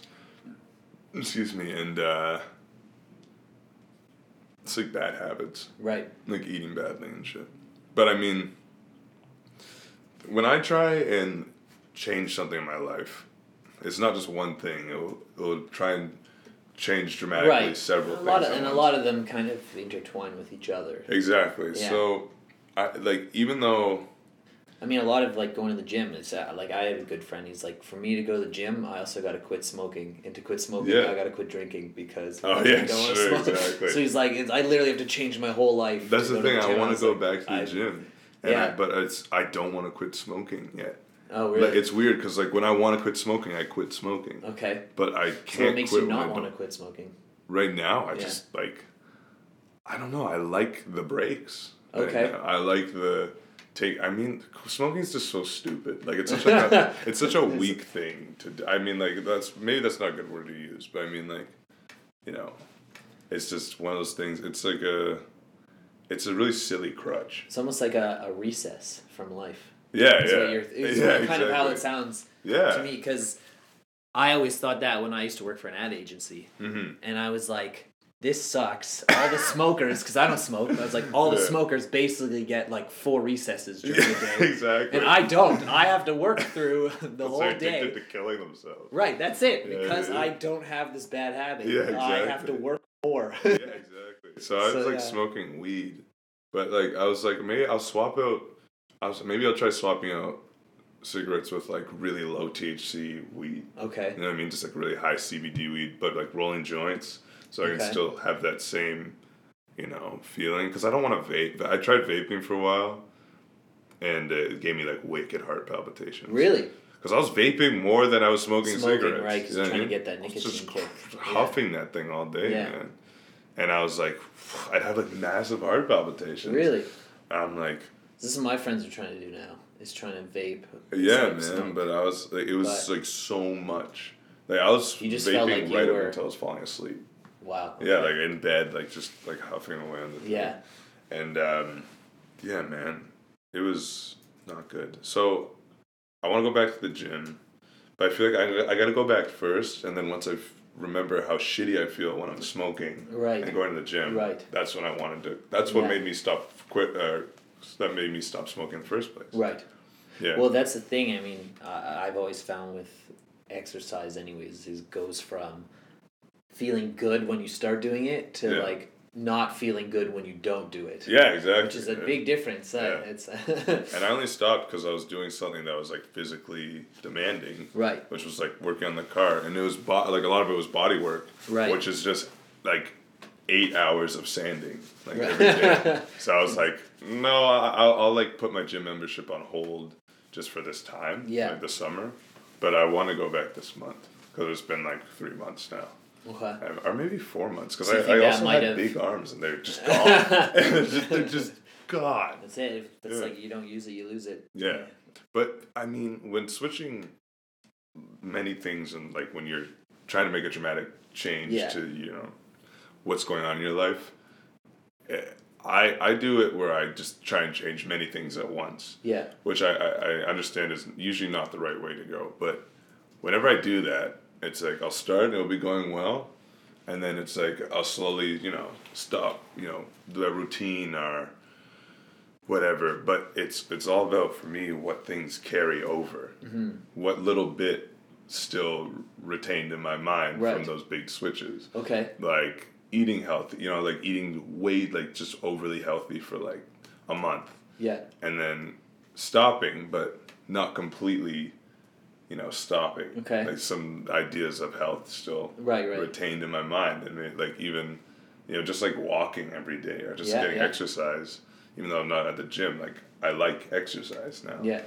Speaker 4: excuse me and uh it's like bad habits
Speaker 3: Right.
Speaker 4: like eating badly and shit. But I mean, when I try and change something in my life, it's not just one thing. It'll, it'll try and change dramatically
Speaker 3: Right.
Speaker 4: several
Speaker 3: a
Speaker 4: things.
Speaker 3: lot of,
Speaker 4: at
Speaker 3: and a
Speaker 4: once.
Speaker 3: lot of them kind of intertwine with each other.
Speaker 4: Exactly.
Speaker 3: Yeah.
Speaker 4: So, I like even though
Speaker 3: I mean, a lot of like going to the gym is uh, like I have a good friend. He's like, for me to go to the gym, I also got to quit smoking, and to quit smoking,
Speaker 4: Yeah.
Speaker 3: I got to quit drinking because
Speaker 4: Oh,
Speaker 3: like,
Speaker 4: yeah,
Speaker 3: wanna
Speaker 4: sure, exactly.
Speaker 3: So he's like, it's, I literally have to change my whole life.
Speaker 4: that's
Speaker 3: to
Speaker 4: the
Speaker 3: go
Speaker 4: thing,
Speaker 3: to
Speaker 4: I
Speaker 3: gym."
Speaker 4: want
Speaker 3: was
Speaker 4: to go
Speaker 3: like,
Speaker 4: back to the
Speaker 3: I-
Speaker 4: gym. And I,
Speaker 3: Yeah.
Speaker 4: but it's I don't want to quit smoking yet.
Speaker 3: Oh
Speaker 4: Like
Speaker 3: really?
Speaker 4: it's weird because like when I want to quit smoking, I quit smoking.
Speaker 3: okay.
Speaker 4: But I can't
Speaker 3: So what makes
Speaker 4: quit
Speaker 3: you
Speaker 4: when I
Speaker 3: not
Speaker 4: don't.
Speaker 3: want to quit smoking?
Speaker 4: right now i
Speaker 3: Yeah.
Speaker 4: just like i don't know i like the breaks right
Speaker 3: Okay.
Speaker 4: now. i like the take. I mean, smoking's just so stupid. Like it's such like a, it's such a weak thing to. do. I mean, like that's maybe that's not a good word to use, but I mean, like, you know, it's just one of those things. It's like a, it's a really silly crutch.
Speaker 3: It's almost like a, a recess from life.
Speaker 4: Yeah,
Speaker 3: Is
Speaker 4: yeah,
Speaker 3: what you're, is
Speaker 4: yeah,
Speaker 3: kind of how
Speaker 4: exactly.
Speaker 3: it sounds
Speaker 4: Yeah,
Speaker 3: to me because I always thought that when I used to work for an ad agency,
Speaker 4: Mhm.
Speaker 3: and I was like, "This sucks." All the smokers, because I don't smoke, I was like, "All the
Speaker 4: Yeah.
Speaker 3: smokers basically get like four recesses during the day,
Speaker 4: exactly.
Speaker 3: and I don't. I have to work through the
Speaker 4: That's
Speaker 3: whole
Speaker 4: they're
Speaker 3: day."
Speaker 4: addicted to killing themselves.
Speaker 3: Right, that's it.
Speaker 4: Yeah,
Speaker 3: Because
Speaker 4: yeah.
Speaker 3: I don't have this bad habit,
Speaker 4: Yeah,
Speaker 3: I have to
Speaker 4: exactly.
Speaker 3: work more.
Speaker 4: yeah, exactly. So I was
Speaker 3: So,
Speaker 4: like
Speaker 3: yeah.
Speaker 4: smoking weed, but like I was like maybe I'll swap out. I was, maybe I'll try swapping out cigarettes with like really low THC weed.
Speaker 3: okay.
Speaker 4: You know what I mean? Just like really high CBD weed, but like rolling joints, so I
Speaker 3: Okay.
Speaker 4: can still have that same, you know, feeling. Because I don't want to vape. I tried vaping for a while, and uh, it gave me like wicked heart palpitations.
Speaker 3: Really?
Speaker 4: Because I was vaping more than I was smoking,
Speaker 3: Smoking,
Speaker 4: cigarettes.
Speaker 3: right, 'cause
Speaker 4: you know
Speaker 3: you're trying
Speaker 4: what
Speaker 3: to
Speaker 4: I mean?
Speaker 3: get that
Speaker 4: I was just
Speaker 3: nicotine kick.
Speaker 4: huffing that thing all day,
Speaker 3: Yeah.
Speaker 4: man. And I was like, I'd have like massive heart palpitations.
Speaker 3: Really?
Speaker 4: I'm like,
Speaker 3: This is what my friends are trying to do now. Is trying to vape.
Speaker 4: yeah,
Speaker 3: It's
Speaker 4: man.
Speaker 3: like smoke.
Speaker 4: But I was like, it was
Speaker 3: But-
Speaker 4: like so much. Like I was
Speaker 3: You just
Speaker 4: vaping
Speaker 3: felt like you
Speaker 4: right
Speaker 3: were-
Speaker 4: up until I was falling asleep.
Speaker 3: Wow.
Speaker 4: Yeah, like in bed, like just like huffing away on the thing.
Speaker 3: Yeah.
Speaker 4: And um, yeah, man, it was not good. So I want to go back to the gym, but I feel like I, I got to go back first, and then once I f- remember how shitty I feel when I'm smoking
Speaker 3: Right.
Speaker 4: and going to the gym,
Speaker 3: Right.
Speaker 4: that's when I wanted to. That's what
Speaker 3: Yeah.
Speaker 4: made me stop quit. Uh, that made me stop smoking in the first place.
Speaker 3: Right.
Speaker 4: Yeah.
Speaker 3: Well, that's the thing. I mean, I I've always found with exercise, anyways, is goes from feeling good when you start doing it to
Speaker 4: Yeah.
Speaker 3: like not feeling good when you don't do it.
Speaker 4: yeah, exactly.
Speaker 3: Which is a
Speaker 4: man.
Speaker 3: big difference. Uh,
Speaker 4: Yeah.
Speaker 3: It's
Speaker 4: And I only stopped because I was doing something that was like physically demanding.
Speaker 3: right.
Speaker 4: which was like working on the car, and it was bo- like a lot of it was body work,
Speaker 3: Right.
Speaker 4: Which is just like eight hours of sanding, like
Speaker 3: Right.
Speaker 4: every day. so I was like, no, I- I'll, I'll like put my gym membership on hold just for this time,
Speaker 3: Yeah.
Speaker 4: like the summer. But I want to go back this month because it's been like three months now.
Speaker 3: Okay.
Speaker 4: I- Or maybe four months, because
Speaker 3: So you
Speaker 4: I,
Speaker 3: think
Speaker 4: I
Speaker 3: that
Speaker 4: also
Speaker 3: might
Speaker 4: had
Speaker 3: have-
Speaker 4: big arms and they're just gone. they're just, they're just gone.
Speaker 3: That's it. If That's
Speaker 4: Yeah.
Speaker 3: like you don't use it, you lose it.
Speaker 4: Yeah. But I mean, when switching many things and like when you're trying to make a dramatic change
Speaker 3: Yeah.
Speaker 4: to, you know, what's going on in your life, eh, I I do it where I just try and change many things at once,
Speaker 3: Yeah.
Speaker 4: which I, I, I understand is usually not the right way to go. But whenever I do that, it's like I'll start and it'll be going well. And then it's like I'll slowly, you know, stop, you know, the routine or whatever but it's it's all about for me what things carry over
Speaker 3: Mm-hmm.
Speaker 4: what little bit still retained in my mind from
Speaker 3: Right.
Speaker 4: those big switches
Speaker 3: Okay.
Speaker 4: like eating healthy you know like eating way like just overly healthy for like a month
Speaker 3: Yeah.
Speaker 4: and then stopping but not completely you know stopping
Speaker 3: Okay.
Speaker 4: like some ideas of health still
Speaker 3: Right, right.
Speaker 4: retained in my mind and it, like even you know just like walking every day or just
Speaker 3: Yeah,
Speaker 4: getting
Speaker 3: yeah.
Speaker 4: exercise even though i'm not at the gym like i like exercise now
Speaker 3: Yeah.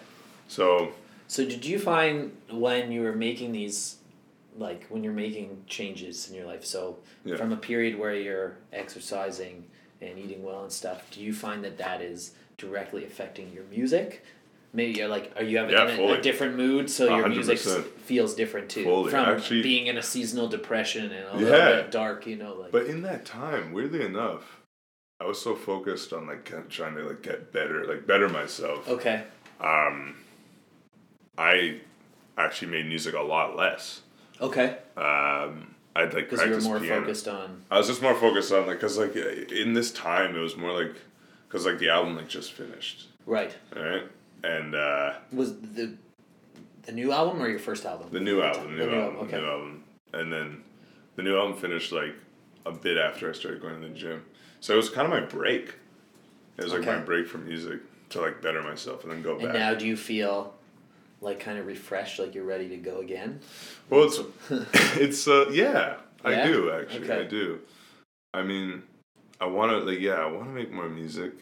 Speaker 4: so
Speaker 3: So did you find when you were making these like when you're making changes in your life so
Speaker 4: Yeah.
Speaker 3: from a period where you're exercising and eating well and stuff do you find that that is directly affecting your music maybe you're like are you having
Speaker 4: Yeah,
Speaker 3: a,
Speaker 4: fully.
Speaker 3: a different mood so your music
Speaker 4: 100%.
Speaker 3: feels different too
Speaker 4: Fully.
Speaker 3: from
Speaker 4: Actually-
Speaker 3: being in a seasonal depression and a little
Speaker 4: Yeah.
Speaker 3: bit dark you know like
Speaker 4: but in that time weirdly enough i was so focused on like kind of trying to like get better like better myself
Speaker 3: okay
Speaker 4: um i actually made music a lot less
Speaker 3: okay
Speaker 4: um i'd like
Speaker 3: because you were
Speaker 4: practice
Speaker 3: more
Speaker 4: piano.
Speaker 3: focused on
Speaker 4: I was just more focused on like, cause like in this time it was more like, cause like the album like just finished,
Speaker 3: right
Speaker 4: right? And uh,
Speaker 3: was the the new album or your first album
Speaker 4: the new album, new,
Speaker 3: The new
Speaker 4: album,
Speaker 3: album, okay.
Speaker 4: new album, and then the new album finished like a bit after I started going to the gym, so it was kind of my break. It was like
Speaker 3: Okay.
Speaker 4: my break from music to like better myself and then go
Speaker 3: And
Speaker 4: back.
Speaker 3: now, do you feel like kind of refreshed, like you're ready to go again?
Speaker 4: Well, it's it's uh yeah, I
Speaker 3: Yeah?
Speaker 4: do actually.
Speaker 3: Okay.
Speaker 4: I do. I mean, I want to like yeah, I want to make more music.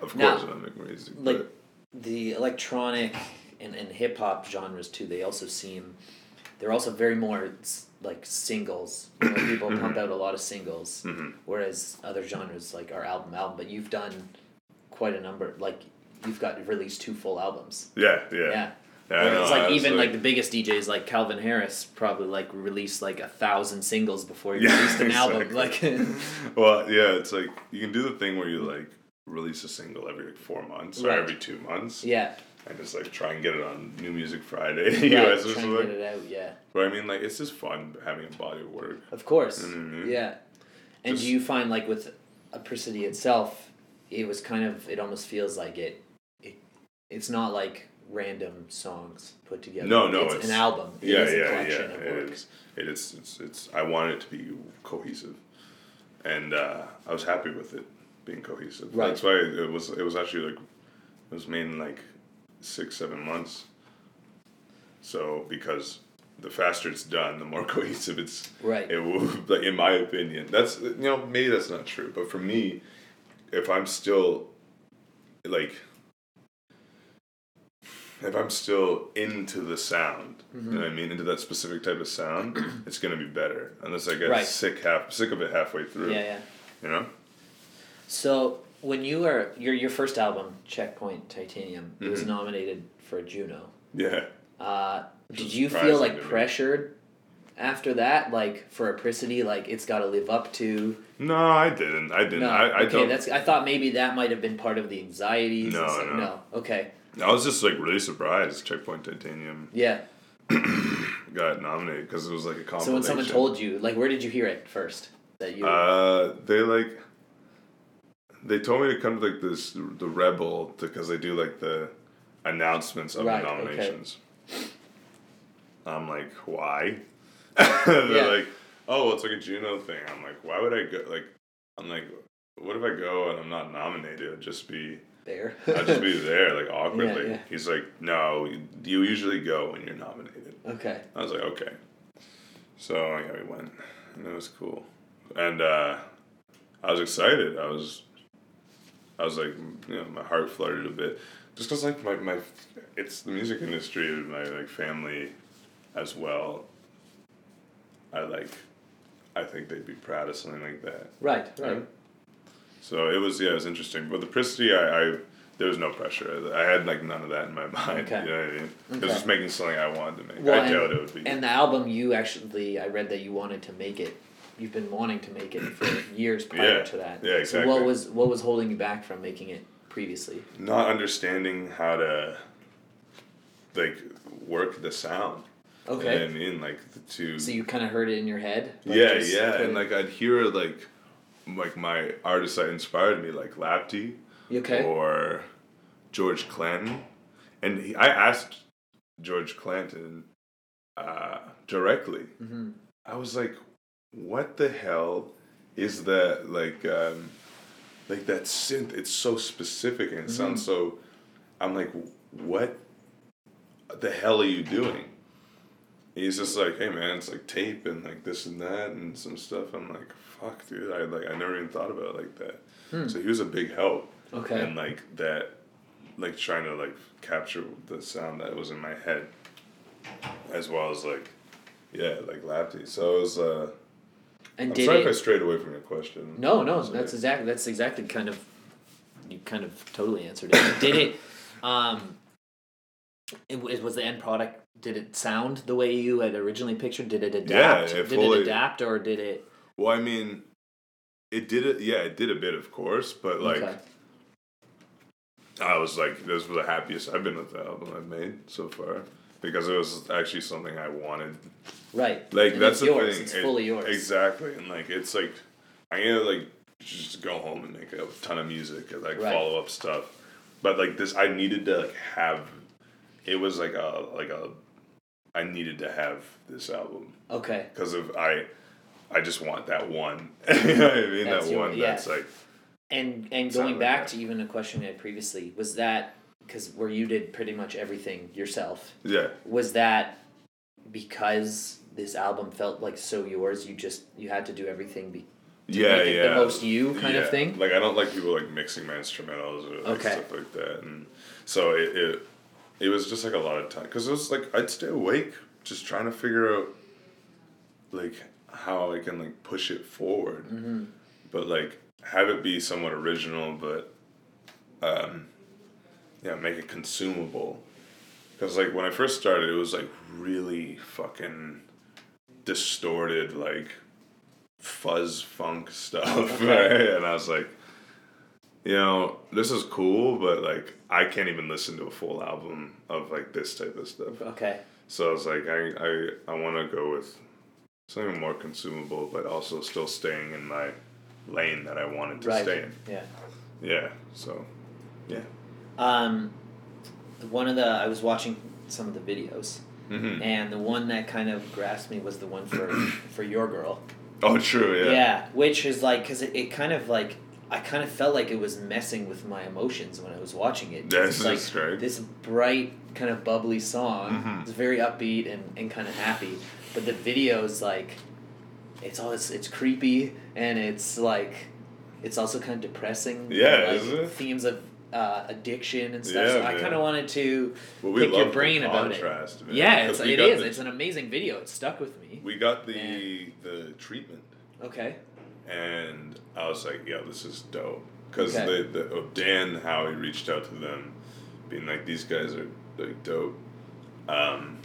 Speaker 4: Of
Speaker 3: Now,
Speaker 4: course, I want to make more music.
Speaker 3: Like
Speaker 4: but-
Speaker 3: the electronic and, and hip hop genres too. They also seem they're also very more s- like singles. You know, people pump
Speaker 4: Mm-hmm.
Speaker 3: out a lot of singles,
Speaker 4: Mhm.
Speaker 3: whereas other genres like are album album. But you've done quite a number. Like you've got to release two full albums.
Speaker 4: Yeah, yeah.
Speaker 3: Yeah.
Speaker 4: Yeah, I
Speaker 3: Where it's
Speaker 4: know, I
Speaker 3: like
Speaker 4: was
Speaker 3: even like, the biggest DJs like Calvin Harris probably like released like a thousand singles before he
Speaker 4: Yeah,
Speaker 3: released an album.
Speaker 4: exactly.
Speaker 3: Like
Speaker 4: well, yeah, it's like you can do the thing where you like release a single every like four months or
Speaker 3: Right.
Speaker 4: every two months,
Speaker 3: Yeah.
Speaker 4: and just like try and get it on New Music Friday,
Speaker 3: Right,
Speaker 4: US or
Speaker 3: trying to
Speaker 4: something.
Speaker 3: get it out, yeah.
Speaker 4: But I mean, like it's just fun having a body of work.
Speaker 3: Of course.
Speaker 4: Mhm.
Speaker 3: Yeah. And
Speaker 4: Just-
Speaker 3: do you find like with Apricity itself, it was kind of it almost feels like it, it it's not like random songs put together.
Speaker 4: No, no,
Speaker 3: it's,
Speaker 4: it's-
Speaker 3: an album. It
Speaker 4: yeah,
Speaker 3: is a
Speaker 4: yeah, yeah.
Speaker 3: collection of
Speaker 4: It
Speaker 3: work.
Speaker 4: is. It is. It's, it's. I want it to be cohesive, and uh, I was happy with it being cohesive.
Speaker 3: Right.
Speaker 4: That's why it was. It was actually like, it was made in like six, seven months. So because the faster it's done, the more cohesive it's.
Speaker 3: Right.
Speaker 4: It will, like in my opinion, that's you know maybe that's not true, but for me, if I'm still, like. If I'm still into the sound, you
Speaker 3: Mm-hmm.
Speaker 4: know what I mean, into that specific type of sound, it's gonna be better. Unless I get
Speaker 3: Right.
Speaker 4: sick half sick of it halfway through.
Speaker 3: Yeah, yeah.
Speaker 4: You know?
Speaker 3: So when you are your your first album, Checkpoint Titanium, it
Speaker 4: Mm-hmm.
Speaker 3: was nominated for a Juno.
Speaker 4: Yeah.
Speaker 3: Uh, did
Speaker 4: is
Speaker 3: you feel
Speaker 4: surprising
Speaker 3: like
Speaker 4: to me.
Speaker 3: pressured after that, like for Apricity, like it's got to live up to?
Speaker 4: No, I didn't. I didn't.
Speaker 3: No,
Speaker 4: I, I
Speaker 3: okay,
Speaker 4: don't.
Speaker 3: that's. I thought maybe that might have been part of the anxieties.
Speaker 4: No,
Speaker 3: and stuff.
Speaker 4: no.
Speaker 3: no. Okay,
Speaker 4: I was just like really surprised Checkpoint Titanium
Speaker 3: yeah.
Speaker 4: got nominated because it was like a compilation.
Speaker 3: So when someone told you, like, where did you hear it first? That you.
Speaker 4: Uh, they like. They told me to come to like this the rebel because they do like the announcements of
Speaker 3: Right,
Speaker 4: the
Speaker 3: okay.
Speaker 4: nominations. I'm like, why? They're
Speaker 3: Yeah.
Speaker 4: like, oh, well, it's like a Juno thing. I'm like, why would I go? Like, I'm like, what if I go and I'm not nominated? I'd just be,
Speaker 3: there.
Speaker 4: I'd just be there like awkwardly.
Speaker 3: yeah.
Speaker 4: He's like, no, you, you usually go when you're nominated.
Speaker 3: okay.
Speaker 4: I was like, okay. So yeah, we went, and it was cool. And uh, I was excited. I was, I was like, you know, my heart fluttered a bit, just cause like my my, it's the music industry and my like family, as well. I like, I think they'd be proud of something like that.
Speaker 3: Right. Right.
Speaker 4: So it was yeah, it was interesting. But the Prissy, I, I there was no pressure. I had like none of that in my mind.
Speaker 3: Okay.
Speaker 4: You know what I mean? It
Speaker 3: Okay.
Speaker 4: was just making something I wanted to make.
Speaker 3: Well,
Speaker 4: I
Speaker 3: and,
Speaker 4: doubt it would be.
Speaker 3: and the album you actually, I read that you wanted to make it. You've been wanting to make it for years prior
Speaker 4: Yeah,
Speaker 3: to that.
Speaker 4: yeah,
Speaker 3: So
Speaker 4: exactly.
Speaker 3: what was what was holding you back from making it previously?
Speaker 4: not understanding how to like work the sound. You know
Speaker 3: Okay.
Speaker 4: what I mean? Like the two
Speaker 3: so you kind of heard it in your head. like,
Speaker 4: Yeah,
Speaker 3: just
Speaker 4: yeah.
Speaker 3: put
Speaker 4: And
Speaker 3: it-
Speaker 4: like I'd hear like like my artists that inspired me, like Lapti
Speaker 3: You okay.
Speaker 4: or George Clanton. And he, I asked George Clanton uh, directly.
Speaker 3: Mhm.
Speaker 4: I was like, what the hell is that like um like that synth it's so specific and it sounds so I'm like what the hell are you doing? He's just like, hey man, it's like tape and like this and that and some stuff. I'm like, fuck dude, I like I never even thought about it like that. So he was a big help.
Speaker 3: Okay.
Speaker 4: And like that like trying to like capture the sound that was in my head as well as like yeah, like Lapty. So it was uh
Speaker 3: And
Speaker 4: I'm
Speaker 3: did
Speaker 4: sorry
Speaker 3: it?
Speaker 4: if I strayed away from your question.
Speaker 3: No, no,
Speaker 4: Sorry.
Speaker 3: that's exactly that's exactly kind of you kind of totally answered it. did it um it, w- it was the end product did it sound the way you had originally pictured? Did it adapt?
Speaker 4: it
Speaker 3: did
Speaker 4: fully-
Speaker 3: it adapt or did it
Speaker 4: Well, I mean, it did it. Yeah, it did a bit, of course, but like
Speaker 3: Okay.
Speaker 4: I was like, this was the happiest I've been with the album I've made so far because it was actually something I wanted.
Speaker 3: Right.
Speaker 4: Like
Speaker 3: And it's
Speaker 4: that's the
Speaker 3: yours.
Speaker 4: thing.
Speaker 3: It's
Speaker 4: it-
Speaker 3: fully yours.
Speaker 4: Exactly, and like it's like I'm gonna like just go home and make a ton of music and like
Speaker 3: Right.
Speaker 4: follow up stuff, but like this, I needed to like have. It was like a like a. I needed to have this album.
Speaker 3: Okay.
Speaker 4: because of I, I just want that one. you know what I mean?
Speaker 3: That's
Speaker 4: that
Speaker 3: your-
Speaker 4: one
Speaker 3: yeah.
Speaker 4: that's like
Speaker 3: And and
Speaker 4: Something
Speaker 3: going
Speaker 4: like
Speaker 3: back
Speaker 4: that.
Speaker 3: to even a question we had previously, was that because where you did pretty much everything yourself,
Speaker 4: yeah,
Speaker 3: was that because this album felt like so yours, you just you had to do everything be,
Speaker 4: yeah,
Speaker 3: make it
Speaker 4: yeah.
Speaker 3: the most you kind of
Speaker 4: Yeah.
Speaker 3: thing?
Speaker 4: Like I don't like people like mixing my instrumentals or like,
Speaker 3: Okay.
Speaker 4: stuff like that, and so it, it it was just like a lot of time because it was like I'd stay awake just trying to figure out like how I can like push it forward,
Speaker 3: Mm-hmm.
Speaker 4: but like have it be somewhat original, but um, yeah, make it consumable. Because like when I first started, it was like really fucking distorted, like fuzz funk stuff, right? And I was like, you know, this is cool, but like I can't even listen to a full album of like this type of stuff.
Speaker 3: Okay.
Speaker 4: So I was like, I I, I want to go with something more consumable, but also still staying in my lane that I wanted to
Speaker 3: Right.
Speaker 4: stay in.
Speaker 3: Yeah.
Speaker 4: Yeah. So, yeah.
Speaker 3: Um, one of the I was watching some of the videos,
Speaker 4: hmm
Speaker 3: and the one that kind of grasped me was the one for for your girl.
Speaker 4: Oh, true.
Speaker 3: Yeah.
Speaker 4: Yeah.
Speaker 3: which is like because it, it kind of like I kind of felt like it was messing with my emotions when I was watching it.
Speaker 4: Yeah,
Speaker 3: It's
Speaker 4: that's
Speaker 3: like
Speaker 4: right.
Speaker 3: this bright kind of bubbly song.
Speaker 4: Mhm.
Speaker 3: It's very upbeat and, and kind of happy, but the video's like it's all it's, it's creepy and it's like it's also kind of depressing.
Speaker 4: Yeah,
Speaker 3: like,
Speaker 4: isn't it?
Speaker 3: themes of uh, addiction and stuff.
Speaker 4: Yeah,
Speaker 3: so I
Speaker 4: man.
Speaker 3: kind of wanted to
Speaker 4: Well, we
Speaker 3: pick
Speaker 4: love
Speaker 3: your brain
Speaker 4: the
Speaker 3: about it.
Speaker 4: contrast, man,
Speaker 3: yeah,
Speaker 4: 'cause
Speaker 3: it's,
Speaker 4: we
Speaker 3: it
Speaker 4: got
Speaker 3: is.
Speaker 4: the-
Speaker 3: It's an amazing video. It stuck with me.
Speaker 4: We got the
Speaker 3: Yeah.
Speaker 4: the treatment,
Speaker 3: Okay.
Speaker 4: and I was like, "Yo, this is dope." Because
Speaker 3: Okay.
Speaker 4: the, the oh, Dan Howie reached out to them, being like, "These guys are like dope." Um,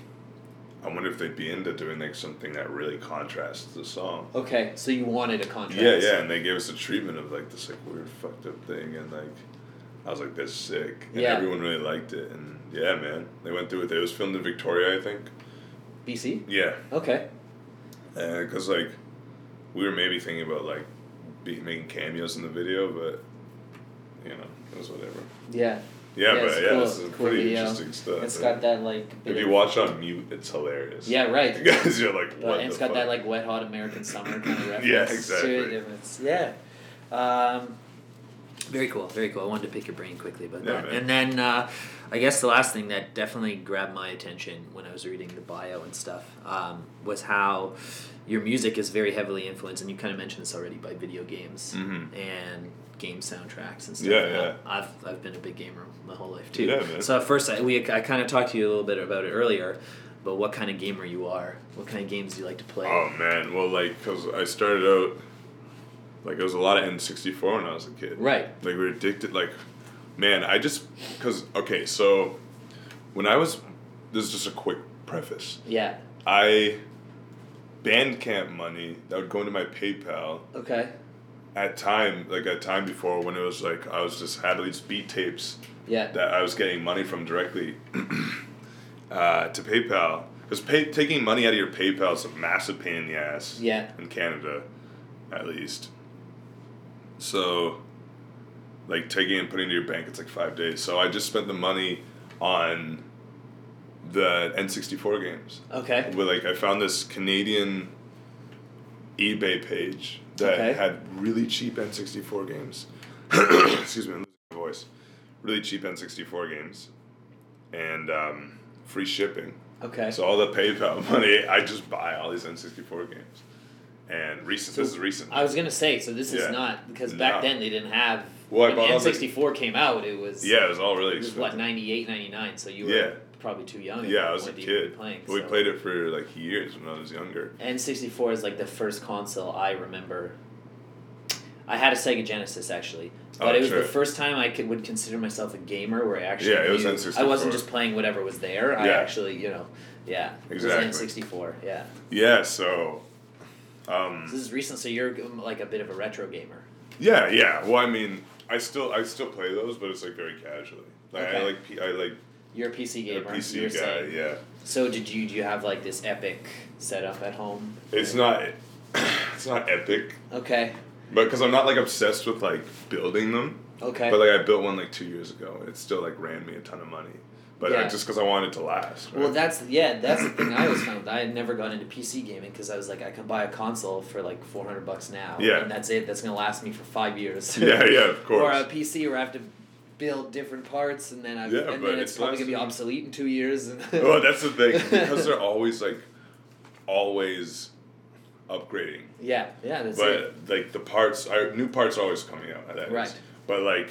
Speaker 4: I wonder if they'd be into doing like something that really contrasts the song.
Speaker 3: Okay, so you wanted a contrast.
Speaker 4: Yeah, yeah, and they gave us a treatment of like this like weird fucked up thing, and like I was like, "That's sick," and
Speaker 3: Yeah.
Speaker 4: everyone really liked it, and yeah, man, they went through with it. It was filmed in Victoria, I think.
Speaker 3: BC?
Speaker 4: Yeah,
Speaker 3: Okay.
Speaker 4: because Uh, like we were maybe thinking about like be making cameos in the video, but you know it was whatever.
Speaker 3: Yeah.
Speaker 4: Yeah,
Speaker 3: it's
Speaker 4: but yeah,
Speaker 3: cool.
Speaker 4: this is
Speaker 3: It's a cool
Speaker 4: pretty
Speaker 3: video.
Speaker 4: interesting stuff.
Speaker 3: It's got that like. bit
Speaker 4: if you
Speaker 3: of-
Speaker 4: watch on mute, it's hilarious.
Speaker 3: Yeah, right.
Speaker 4: Because you're like,
Speaker 3: But-
Speaker 4: what
Speaker 3: and it's
Speaker 4: the
Speaker 3: got that
Speaker 4: fuck?
Speaker 3: like wet hot American summer kind of reference.
Speaker 4: Yeah,
Speaker 3: To it.
Speaker 4: exactly.
Speaker 3: and it's- yeah. Um, very cool. Very cool. I wanted to pick your brain quickly about
Speaker 4: Yeah,
Speaker 3: that.
Speaker 4: man.
Speaker 3: And then uh, I guess the last thing that definitely grabbed my attention when I was reading the bio and stuff um, was how your music is very heavily influenced, and you kind of mentioned this already, by video games
Speaker 4: Mhm.
Speaker 3: and game soundtracks and stuff.
Speaker 4: Yeah,
Speaker 3: And I-
Speaker 4: yeah.
Speaker 3: I've, I've been a big gamer my whole life too.
Speaker 4: Yeah, man.
Speaker 3: So at first, I, we I kind of talked to you a little bit about it earlier, but what kind of gamer you are, what kind of games you like to play.
Speaker 4: Oh man, well like because I started out like it was a lot of N sixty four when I was a kid.
Speaker 3: Right.
Speaker 4: Like we were addicted. Like, man, I just because okay, so when I was this is just a quick preface.
Speaker 3: Yeah.
Speaker 4: I Bandcamp money that would go into my PayPal
Speaker 3: Okay.
Speaker 4: at time like at time before when it was like I was just had these beat tapes
Speaker 3: Yeah.
Speaker 4: that I was getting money from directly uh, to PayPal because pay, taking money out of your PayPal is a massive pain in the ass
Speaker 3: Yeah.
Speaker 4: in Canada at least so like taking and putting it into your bank it's like five days so I just spent the money on the N64 games
Speaker 3: Okay.
Speaker 4: but like I found this Canadian eBay page that
Speaker 3: Okay.
Speaker 4: had really cheap N sixty four games. Excuse me, I'm losing my voice. Really cheap N sixty four games, and um, free shipping.
Speaker 3: Okay.
Speaker 4: So all the PayPal money, I just buy all these N sixty four games. And recent, this is recent.
Speaker 3: I was gonna say, so this is
Speaker 4: Yeah.
Speaker 3: not because back
Speaker 4: No.
Speaker 3: then they didn't have.
Speaker 4: Well, I
Speaker 3: when
Speaker 4: bought all
Speaker 3: N
Speaker 4: the-
Speaker 3: sixty four came out, it was
Speaker 4: yeah, it was all really
Speaker 3: It was what
Speaker 4: expensive.
Speaker 3: 98, 99, So you were
Speaker 4: Yeah.
Speaker 3: probably too young.
Speaker 4: Yeah, I was a
Speaker 3: when you were
Speaker 4: kid.
Speaker 3: Playing,
Speaker 4: we played it for like years when I was younger.
Speaker 3: N sixty four is like the first console I remember. I had a Sega Genesis actually, but
Speaker 4: Oh,
Speaker 3: it was
Speaker 4: sure.
Speaker 3: the first time I could, would consider myself a gamer, where I actually
Speaker 4: Yeah, it was
Speaker 3: knew- I
Speaker 4: N64.
Speaker 3: wasn't just playing whatever was there. I
Speaker 4: Yeah.
Speaker 3: actually, you know, yeah,
Speaker 4: Exactly.
Speaker 3: N sixty four. Yeah,
Speaker 4: Yeah, so. Um,
Speaker 3: So this is recent, so you're um, like a bit of a retro gamer.
Speaker 4: Yeah, yeah. Well, I mean, I still I still play those, but it's like very casually. Like I
Speaker 3: Okay.
Speaker 4: like P- I like
Speaker 3: You're a PC
Speaker 4: a
Speaker 3: gamer.
Speaker 4: PC
Speaker 3: you
Speaker 4: guy.
Speaker 3: were saying.
Speaker 4: Yeah,
Speaker 3: So did you? Do you have like this epic setup at home?
Speaker 4: it's not it's not epic,
Speaker 3: Okay.
Speaker 4: but because I'm not like obsessed with like building them.
Speaker 3: Okay.
Speaker 4: But like I built one like two years ago, and it still like ran me a ton of money. But
Speaker 3: Yeah.
Speaker 4: I, just because I wanted it to last. Right?
Speaker 3: Well, that's yeah. That's the thing I always found. I had never gone into PC gaming because I was like, I can buy a console for like four hundred bucks now,
Speaker 4: Yeah.
Speaker 3: and that's it. That's gonna last me for five years.
Speaker 4: yeah, yeah, of
Speaker 3: or
Speaker 4: course.
Speaker 3: a PC where I have to build different parts, and then I
Speaker 4: Yeah,
Speaker 3: and
Speaker 4: but
Speaker 3: then it's,
Speaker 4: it's
Speaker 3: probably gonna be
Speaker 4: lasting- Oh,
Speaker 3: obsolete in two years. And
Speaker 4: well, that's the thing because they're always like always upgrading.
Speaker 3: yeah, yeah. That's it.
Speaker 4: but like the parts are new parts are always coming out that is.
Speaker 3: Right.
Speaker 4: but like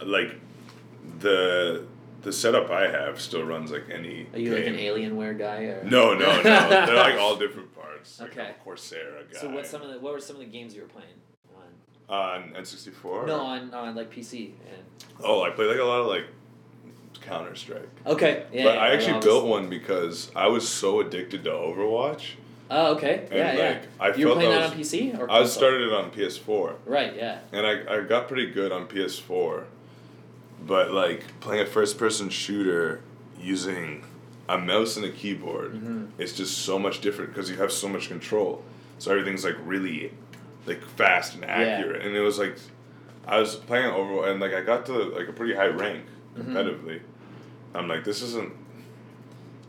Speaker 4: like the the setup i have still runs like any
Speaker 3: Are you like an
Speaker 4: game.
Speaker 3: Alienware guy or
Speaker 4: no no no they're like all different parts like,
Speaker 3: Okay.
Speaker 4: I'm a coursera guy
Speaker 3: So what's some of the what were some of the games you were playing on?
Speaker 4: on n64
Speaker 3: No, on on like PC and
Speaker 4: oh i play like a lot of like Counter Strike.
Speaker 3: Okay. Yeah.
Speaker 4: but
Speaker 3: yeah,
Speaker 4: I
Speaker 3: yeah,
Speaker 4: actually
Speaker 3: was-
Speaker 4: built one because I was so addicted to Overwatch.
Speaker 3: Oh, okay.
Speaker 4: And,
Speaker 3: Yeah, yeah.
Speaker 4: like, I
Speaker 3: you were
Speaker 4: felt
Speaker 3: playing
Speaker 4: I
Speaker 3: that
Speaker 4: was-
Speaker 3: on PC or
Speaker 4: I
Speaker 3: console?
Speaker 4: started it on PS4,
Speaker 3: Right. Yeah.
Speaker 4: and I, I got pretty good on PS4. But like playing a first person shooter using a mouse and a keyboard is just so much different because you have so much control. So everything's like really like fast and accurate. And it was like I was playing Overwatch and like I got to like a pretty high rank competitively. I'm like, this isn't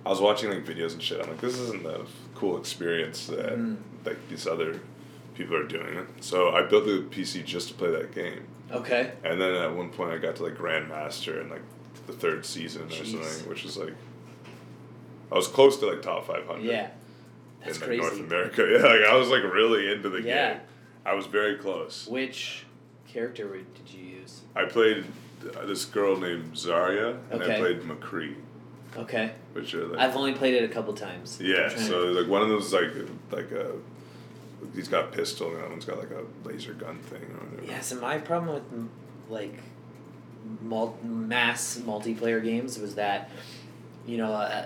Speaker 4: I was watching like videos and shit. I'm like, this isn't the cool experience that like these other people are doing. So I built the PC just to play that game.
Speaker 3: Okay.
Speaker 4: And then at one point I got to like Grandmaster in like the third season or
Speaker 3: Jeez.
Speaker 4: something, which is like I was close to like top five hundred
Speaker 3: Yeah.
Speaker 4: in
Speaker 3: That's
Speaker 4: like
Speaker 3: crazy.
Speaker 4: North America. Yeah, like I was like really into the
Speaker 3: Yeah.
Speaker 4: game. I was very close.
Speaker 3: Which character would- did you use?
Speaker 4: I played uh, this girl named Zarya, and
Speaker 3: Okay.
Speaker 4: I played McCree,
Speaker 3: Okay.
Speaker 4: which are like
Speaker 3: I've only played it a couple times.
Speaker 4: yeah.
Speaker 3: I'm trying
Speaker 4: So
Speaker 3: to-
Speaker 4: like one of those like like a he's got a pistol, and the other one's got like a laser gun thing or whatever.
Speaker 3: Yeah. So my problem with m- like mul- mass multiplayer games was that you know. Uh,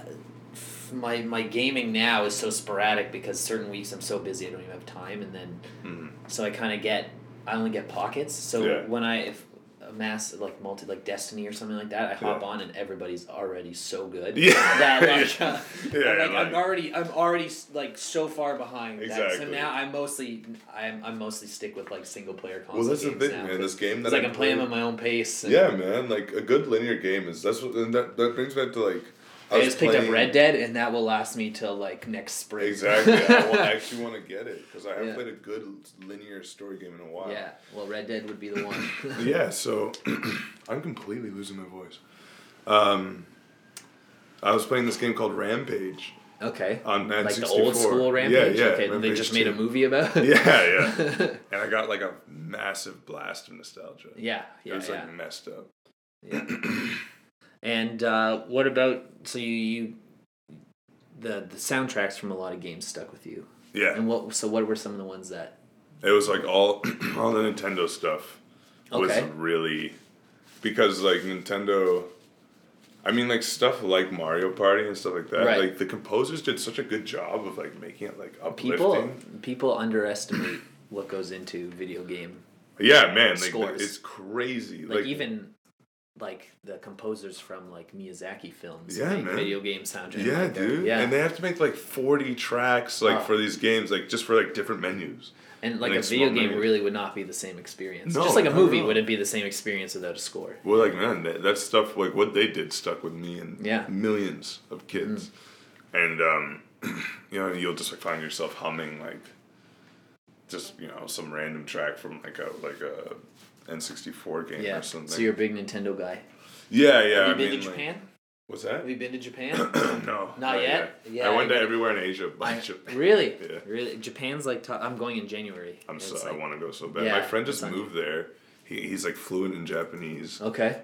Speaker 3: f- my, my gaming now is so sporadic because certain weeks I'm so busy I don't even have time and then
Speaker 4: Mhm.
Speaker 3: so I kind of get I only get pockets. So
Speaker 4: Yeah.
Speaker 3: when I if a mass like multi like Destiny or something like that, I hop
Speaker 4: Yeah.
Speaker 3: on and everybody's already so good.
Speaker 4: Yeah.
Speaker 3: That like,
Speaker 4: Yeah.
Speaker 3: uh,
Speaker 4: Yeah,
Speaker 3: I'm, like, I'm
Speaker 4: like-
Speaker 3: already I'm already s- like so far behind. That. So
Speaker 4: Exactly.
Speaker 3: now I mostly I'm I mostly stick with like single player console
Speaker 4: Well, that's the
Speaker 3: games
Speaker 4: thing,
Speaker 3: now,
Speaker 4: man.
Speaker 3: 'cause
Speaker 4: This game that
Speaker 3: it's like
Speaker 4: I
Speaker 3: I'm playing
Speaker 4: played-
Speaker 3: at my own pace. and
Speaker 4: Yeah, man. Like a good linear game is that's what and that that brings me to like.
Speaker 3: I, just picked
Speaker 4: playing-
Speaker 3: up Red Dead, and that will last me till like next spring.
Speaker 4: Exactly. I, wa- I actually want to get it because I haven't
Speaker 3: Yeah.
Speaker 4: played a good linear story game in a while.
Speaker 3: yeah. Well, Red Dead would be the one.
Speaker 4: Yeah. So I'm completely losing my voice. Um, I was playing this game called Rampage
Speaker 3: okay.
Speaker 4: on N64.
Speaker 3: like the old school Rampage.
Speaker 4: Yeah, yeah.
Speaker 3: okay, they
Speaker 4: Rampage
Speaker 3: just made a
Speaker 4: 2.
Speaker 3: movie about.
Speaker 4: Yeah, yeah. and I got like a massive blast of nostalgia.
Speaker 3: Yeah, yeah,
Speaker 4: it was
Speaker 3: yeah.
Speaker 4: like messed up.
Speaker 3: and uh, what about so you, you the the soundtracks from a lot of games stuck with you,
Speaker 4: Yeah.
Speaker 3: and what so what were some of the ones that
Speaker 4: It was like all all the Nintendo stuff was
Speaker 3: Okay.
Speaker 4: really because like Nintendo I mean like stuff like Mario Party and stuff like that.
Speaker 3: Right.
Speaker 4: Like the composers did such a good job of like making it like uplifting.
Speaker 3: people people underestimate what goes into video game,
Speaker 4: yeah, man, like
Speaker 3: Scores.
Speaker 4: it's crazy.
Speaker 3: like, even like the composers from like Miyazaki films,
Speaker 4: Yeah,
Speaker 3: make
Speaker 4: man.
Speaker 3: video game soundtracks.
Speaker 4: yeah,
Speaker 3: like they're-
Speaker 4: dude.
Speaker 3: yeah,
Speaker 4: And they have to make like 40 tracks like
Speaker 3: Oh.
Speaker 4: for these games like just for like different menus.
Speaker 3: and like
Speaker 4: like,
Speaker 3: a video
Speaker 4: small
Speaker 3: game
Speaker 4: movies.
Speaker 3: really would not be the same experience.
Speaker 4: No,
Speaker 3: Just like a
Speaker 4: not at
Speaker 3: movie
Speaker 4: all.
Speaker 3: wouldn't be the same experience without a score.
Speaker 4: Well, like man, that, that stuff, like what they did, stuck with me and
Speaker 3: Yeah. Hmm.
Speaker 4: millions of kids, and um, you know, you'll just like find yourself humming like just you know some random track from like a like a N sixty four game
Speaker 3: Yeah,
Speaker 4: or something.
Speaker 3: so you're a big Nintendo guy.
Speaker 4: yeah, yeah.
Speaker 3: Have you
Speaker 4: I
Speaker 3: been
Speaker 4: mean,
Speaker 3: to
Speaker 4: like-
Speaker 3: Japan?
Speaker 4: what's that?
Speaker 3: Have you been to Japan?
Speaker 4: no, not,
Speaker 3: yet? Yeah,
Speaker 4: I
Speaker 3: I
Speaker 4: went to
Speaker 3: gotta-
Speaker 4: everywhere in Asia, but
Speaker 3: I-
Speaker 4: Japan.
Speaker 3: Really?
Speaker 4: Yeah.
Speaker 3: Really? Japan's like top, I'm going in January.
Speaker 4: I'm
Speaker 3: It's
Speaker 4: so I
Speaker 3: like-
Speaker 4: want to go so bad.
Speaker 3: Yeah,
Speaker 4: My friend
Speaker 3: it's
Speaker 4: just
Speaker 3: Oh. on-
Speaker 4: moved there. He, he's like fluent in Japanese.
Speaker 3: Okay.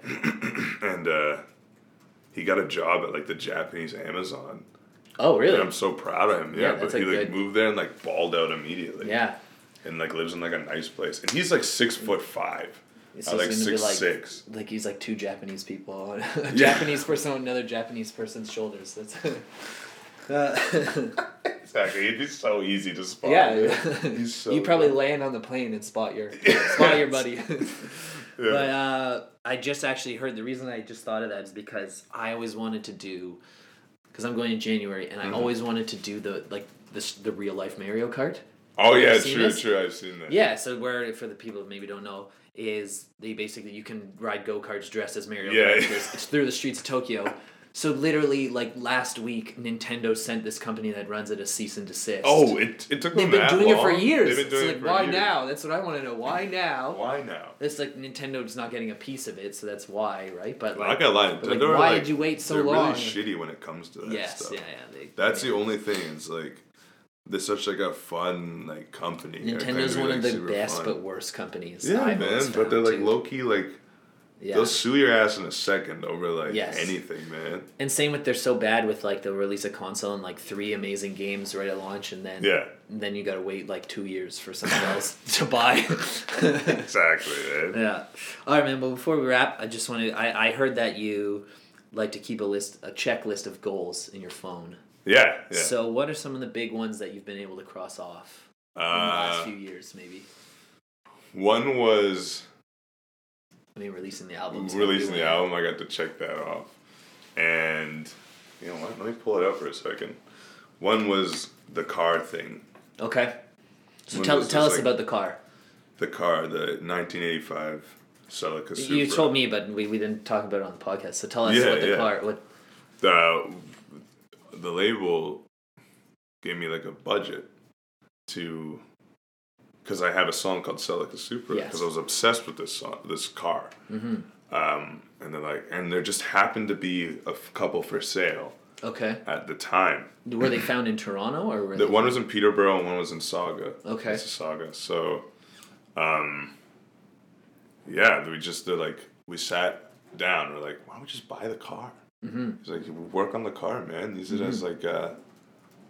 Speaker 4: and uh, he got a job at like the Japanese Amazon.
Speaker 3: Oh,
Speaker 4: And
Speaker 3: really?
Speaker 4: I'm so proud of him.
Speaker 3: Yeah,
Speaker 4: Yeah,
Speaker 3: that's
Speaker 4: but
Speaker 3: a
Speaker 4: he like
Speaker 3: good-
Speaker 4: moved there and like balled out immediately.
Speaker 3: Yeah.
Speaker 4: and like lives in like a nice place. And he's like six foot five.
Speaker 3: So
Speaker 4: I like
Speaker 3: it's gonna be
Speaker 4: six six.
Speaker 3: Like he's like two Japanese people, on a Japanese person on another Japanese person's shoulders. That's. Uh,
Speaker 4: Exactly, it'd be so easy to spot.
Speaker 3: yeah.
Speaker 4: he's so.
Speaker 3: you probably
Speaker 4: good.
Speaker 3: land on the plane and spot your spot your buddy.
Speaker 4: Yeah.
Speaker 3: But uh, I just actually heard the reason I just thought of that is because I always wanted to do, because I'm going in January, and I
Speaker 4: Mm-hmm.
Speaker 3: always wanted to do the like this the real life Mario Kart.
Speaker 4: oh yeah,
Speaker 3: Have you seen
Speaker 4: true,
Speaker 3: this?
Speaker 4: true. I've seen that.
Speaker 3: Yeah, so where for the people who maybe don't know is they basically you can ride go karts dressed as Mario
Speaker 4: Yeah.
Speaker 3: characters it's through the streets of Tokyo. So literally, like last week, Nintendo sent this company that runs it a cease and desist.
Speaker 4: Oh, it, it took
Speaker 3: they've
Speaker 4: them
Speaker 3: been
Speaker 4: that
Speaker 3: doing it for
Speaker 4: long?
Speaker 3: years.
Speaker 4: They've been doing
Speaker 3: it's like
Speaker 4: it for
Speaker 3: why
Speaker 4: years.
Speaker 3: now? That's what I want to know. Why now?
Speaker 4: Why now?
Speaker 3: It's like Nintendo's not getting a piece of it, so that's why, right? But
Speaker 4: Like, I
Speaker 3: like,
Speaker 4: got lying.
Speaker 3: but, like, why did you wait so
Speaker 4: they're
Speaker 3: long?
Speaker 4: Really shitty when it comes to that
Speaker 3: yes,
Speaker 4: stuff.
Speaker 3: yeah, yeah. They,
Speaker 4: That's
Speaker 3: they-
Speaker 4: the only thing. It's like they're such like a fun like company. They're claimed
Speaker 3: Nintendo's
Speaker 4: to be,
Speaker 3: one of
Speaker 4: like,
Speaker 3: the
Speaker 4: super
Speaker 3: best
Speaker 4: fun.
Speaker 3: but worst companies.
Speaker 4: yeah,
Speaker 3: I've always
Speaker 4: man. But
Speaker 3: found,
Speaker 4: they're like
Speaker 3: too.
Speaker 4: low key. Like
Speaker 3: Yeah.
Speaker 4: they'll sue your ass in a second over like
Speaker 3: Yes.
Speaker 4: anything, man.
Speaker 3: And same with they're so bad with like they'll release a console and like three amazing games right at launch, and then
Speaker 4: Yeah.
Speaker 3: and then you gotta wait like two years for someone else to buy.
Speaker 4: Exactly, man.
Speaker 3: yeah. All right, man. Well, before we wrap, I just want to. I I heard that you like to keep a list, a checklist of goals in your phone.
Speaker 4: Yeah. yeah.
Speaker 3: So, what are some of the big ones that you've been able to cross off in the last
Speaker 4: uh,
Speaker 3: few years, maybe?
Speaker 4: one was
Speaker 3: I mean, releasing the album.
Speaker 4: releasing the album. I got to check that off, and you know what? Let me pull it out for a second. One was the car thing.
Speaker 3: Okay. So
Speaker 4: One
Speaker 3: tell,
Speaker 4: was
Speaker 3: tell us
Speaker 4: just like-
Speaker 3: about the car.
Speaker 4: The car, the 1985 Celica Supra.
Speaker 3: You told me, but we, we didn't talk about it on the podcast. So tell us
Speaker 4: Yeah,
Speaker 3: what the
Speaker 4: yeah.
Speaker 3: car. What
Speaker 4: the the label gave me like a budget to because I have a song called Celica Supra
Speaker 3: Yes.
Speaker 4: because I was obsessed with this song, this car. Um, and they're like, and there just happened to be a f- couple for sale
Speaker 3: okay?
Speaker 4: at the time.
Speaker 3: Were they found in Toronto or were
Speaker 4: The
Speaker 3: they-
Speaker 4: one was in Peterborough and one was in Saga.
Speaker 3: Okay.
Speaker 4: It's a Saga. So, um, yeah, we just did like, we sat down. We're like, why don't we just buy the car? Mm-hmm. It's like, work on the car, man. Use it as
Speaker 3: Mm-hmm.
Speaker 4: like, uh,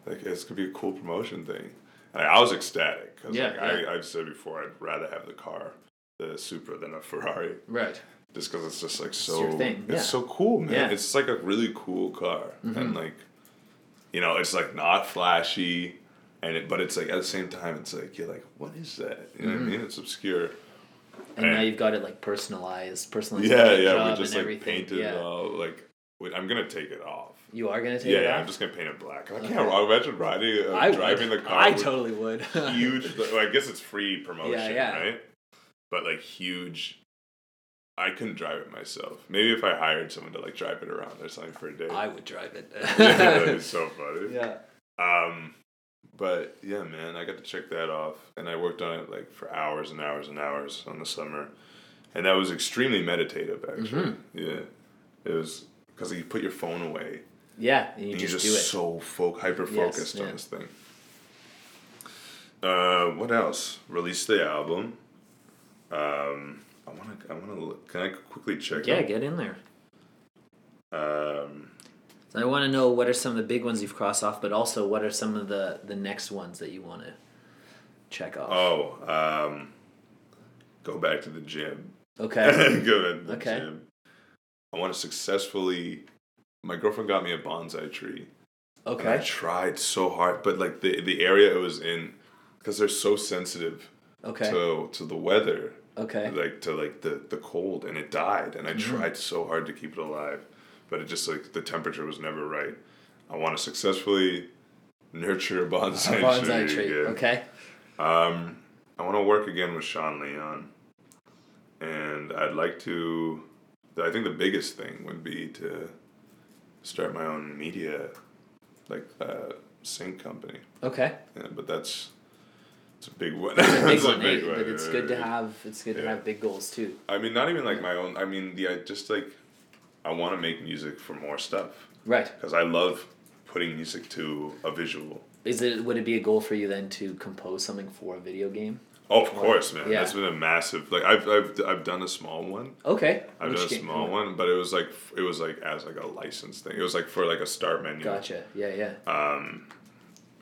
Speaker 4: like this could be a cool promotion thing. And I was ecstatic because
Speaker 3: Yeah,
Speaker 4: like,
Speaker 3: yeah.
Speaker 4: I, I've said before, I'd rather have the car, the Supra, than a Ferrari,
Speaker 3: right?
Speaker 4: just because it's just like so.
Speaker 3: your thing, yeah.
Speaker 4: It's so cool, man.
Speaker 3: Yeah. Mm-hmm.
Speaker 4: It's like a really cool car, and like, you know, it's like not flashy, and it, but it's like at the same time, it's like you're like, what is that? You know what
Speaker 3: Mm-hmm.
Speaker 4: I mean? It's obscure.
Speaker 3: And
Speaker 4: Right.
Speaker 3: now you've got it like personalized, personalized.
Speaker 4: Yeah,
Speaker 3: paint
Speaker 4: yeah.
Speaker 3: job
Speaker 4: We
Speaker 3: and
Speaker 4: just like
Speaker 3: everything.
Speaker 4: painted
Speaker 3: yeah.
Speaker 4: it all. Like, wait, I'm gonna take it off.
Speaker 3: You are gonna take
Speaker 4: Yeah,
Speaker 3: it
Speaker 4: yeah,
Speaker 3: off.
Speaker 4: I'm just gonna paint it black. 'Cause I can't imagine riding, uh,
Speaker 3: would.
Speaker 4: driving the car.
Speaker 3: I
Speaker 4: with-
Speaker 3: totally would.
Speaker 4: huge. well, I guess it's free promotion,
Speaker 3: Yeah, yeah.
Speaker 4: right? But like huge. I couldn't drive it myself. Maybe if I hired someone to like drive it around or something for a day.
Speaker 3: I would drive it.
Speaker 4: it's so funny.
Speaker 3: yeah.
Speaker 4: Um, but yeah, man, I got to check that off, and I worked on it like for hours and hours and hours on the summer, and that was extremely meditative. Actually,
Speaker 3: Mm-hmm.
Speaker 4: yeah, it was because you put your phone away
Speaker 3: Yeah, and you
Speaker 4: and
Speaker 3: just,
Speaker 4: you're
Speaker 3: do it.
Speaker 4: just so fo- hyper focused
Speaker 3: yeah.
Speaker 4: on this thing. Uh, what else? Release the album. Um, I wanna, I wanna. Look, can I quickly check?
Speaker 3: yeah,
Speaker 4: up?
Speaker 3: get in there.
Speaker 4: Um,
Speaker 3: So I want to know what are some of the big ones you've crossed off, but also what are some of the the next ones that you want to check off.
Speaker 4: oh, um, go back to the gym.
Speaker 3: okay.
Speaker 4: go to the
Speaker 3: Okay.
Speaker 4: gym. I want to successfully. My girlfriend got me a bonsai tree. And I
Speaker 3: Okay.
Speaker 4: tried so hard, but like the the area it was in, because they're so sensitive
Speaker 3: Okay.
Speaker 4: to to the weather.
Speaker 3: Okay.
Speaker 4: like to like the the cold and it died and i
Speaker 3: Mm-hmm.
Speaker 4: tried so hard to keep it alive but it just like the temperature was never right i want to successfully nurture a bonsai,
Speaker 3: Bonsai
Speaker 4: tree,
Speaker 3: tree.
Speaker 4: yeah.
Speaker 3: Okay.
Speaker 4: um i want to work again with sean leon and i'd like to i think the biggest thing would be to start my own media like uh sync company
Speaker 3: Okay.
Speaker 4: yeah, but that's it's a big one
Speaker 3: Big
Speaker 4: It's a
Speaker 3: one, eh? but it's
Speaker 4: yeah,
Speaker 3: good to
Speaker 4: yeah.
Speaker 3: have. It's good to
Speaker 4: Yeah.
Speaker 3: have big goals too.
Speaker 4: I mean, not even like my own. I mean, the I just like I want to make music for more stuff
Speaker 3: Right.
Speaker 4: because I love putting music to a visual.
Speaker 3: Is it? Would it be a goal for you then to compose something for a video game?
Speaker 4: Oh, of course, man.
Speaker 3: yeah.
Speaker 4: That's been a massive. Like I've I've I've done a small one.
Speaker 3: Okay.
Speaker 4: I've
Speaker 3: Which
Speaker 4: done a
Speaker 3: game-
Speaker 4: small one, but it was like it was like as like a license thing. It was like for like a start menu.
Speaker 3: Gotcha. Yeah, yeah.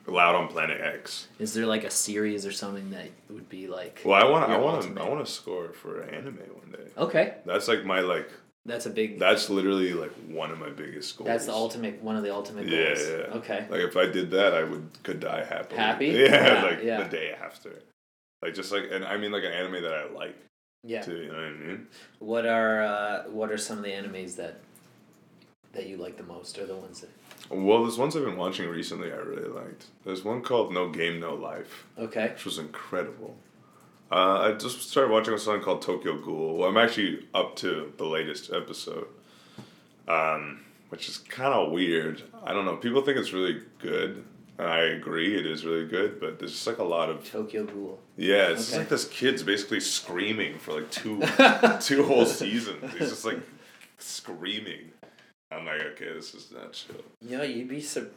Speaker 4: Loud on Planet X.
Speaker 3: Is there like a series or something that would be like?
Speaker 4: Well, I want to I
Speaker 3: your
Speaker 4: want to
Speaker 3: ultimate?
Speaker 4: I want to score for anime one day.
Speaker 3: Okay,
Speaker 4: That's like my like.
Speaker 3: that's a big.
Speaker 4: That's literally like one of my biggest goals.
Speaker 3: that's the ultimate. One of the ultimate goals.
Speaker 4: Yeah, yeah.
Speaker 3: Okay.
Speaker 4: Like if I did that, I would could die happily.
Speaker 3: Happy?
Speaker 4: Yeah,
Speaker 3: Yeah,
Speaker 4: like
Speaker 3: yeah.
Speaker 4: the day after. Like just like, and I mean like an anime that I like
Speaker 3: yeah.
Speaker 4: too. You know what I mean?
Speaker 3: What are uh, what are some of the animes that that you like the most, or the ones that?
Speaker 4: Well, there's ones I've been watching recently I really liked. There's one called No Game No Life,
Speaker 3: Okay.
Speaker 4: which was incredible. Uh, I just started watching a song called Tokyo Ghoul. Well, I'm actually up to the latest episode, um, which is kind of weird. I don't know. People think it's really good, and I agree, it is really good. But there's just like a lot of
Speaker 3: Tokyo Ghoul.
Speaker 4: Yeah, it's just
Speaker 3: Okay.
Speaker 4: like this kid's basically screaming for like two two whole seasons. He's just like screaming. I'm like, okay, this is not chill.
Speaker 3: No, you'd be sur-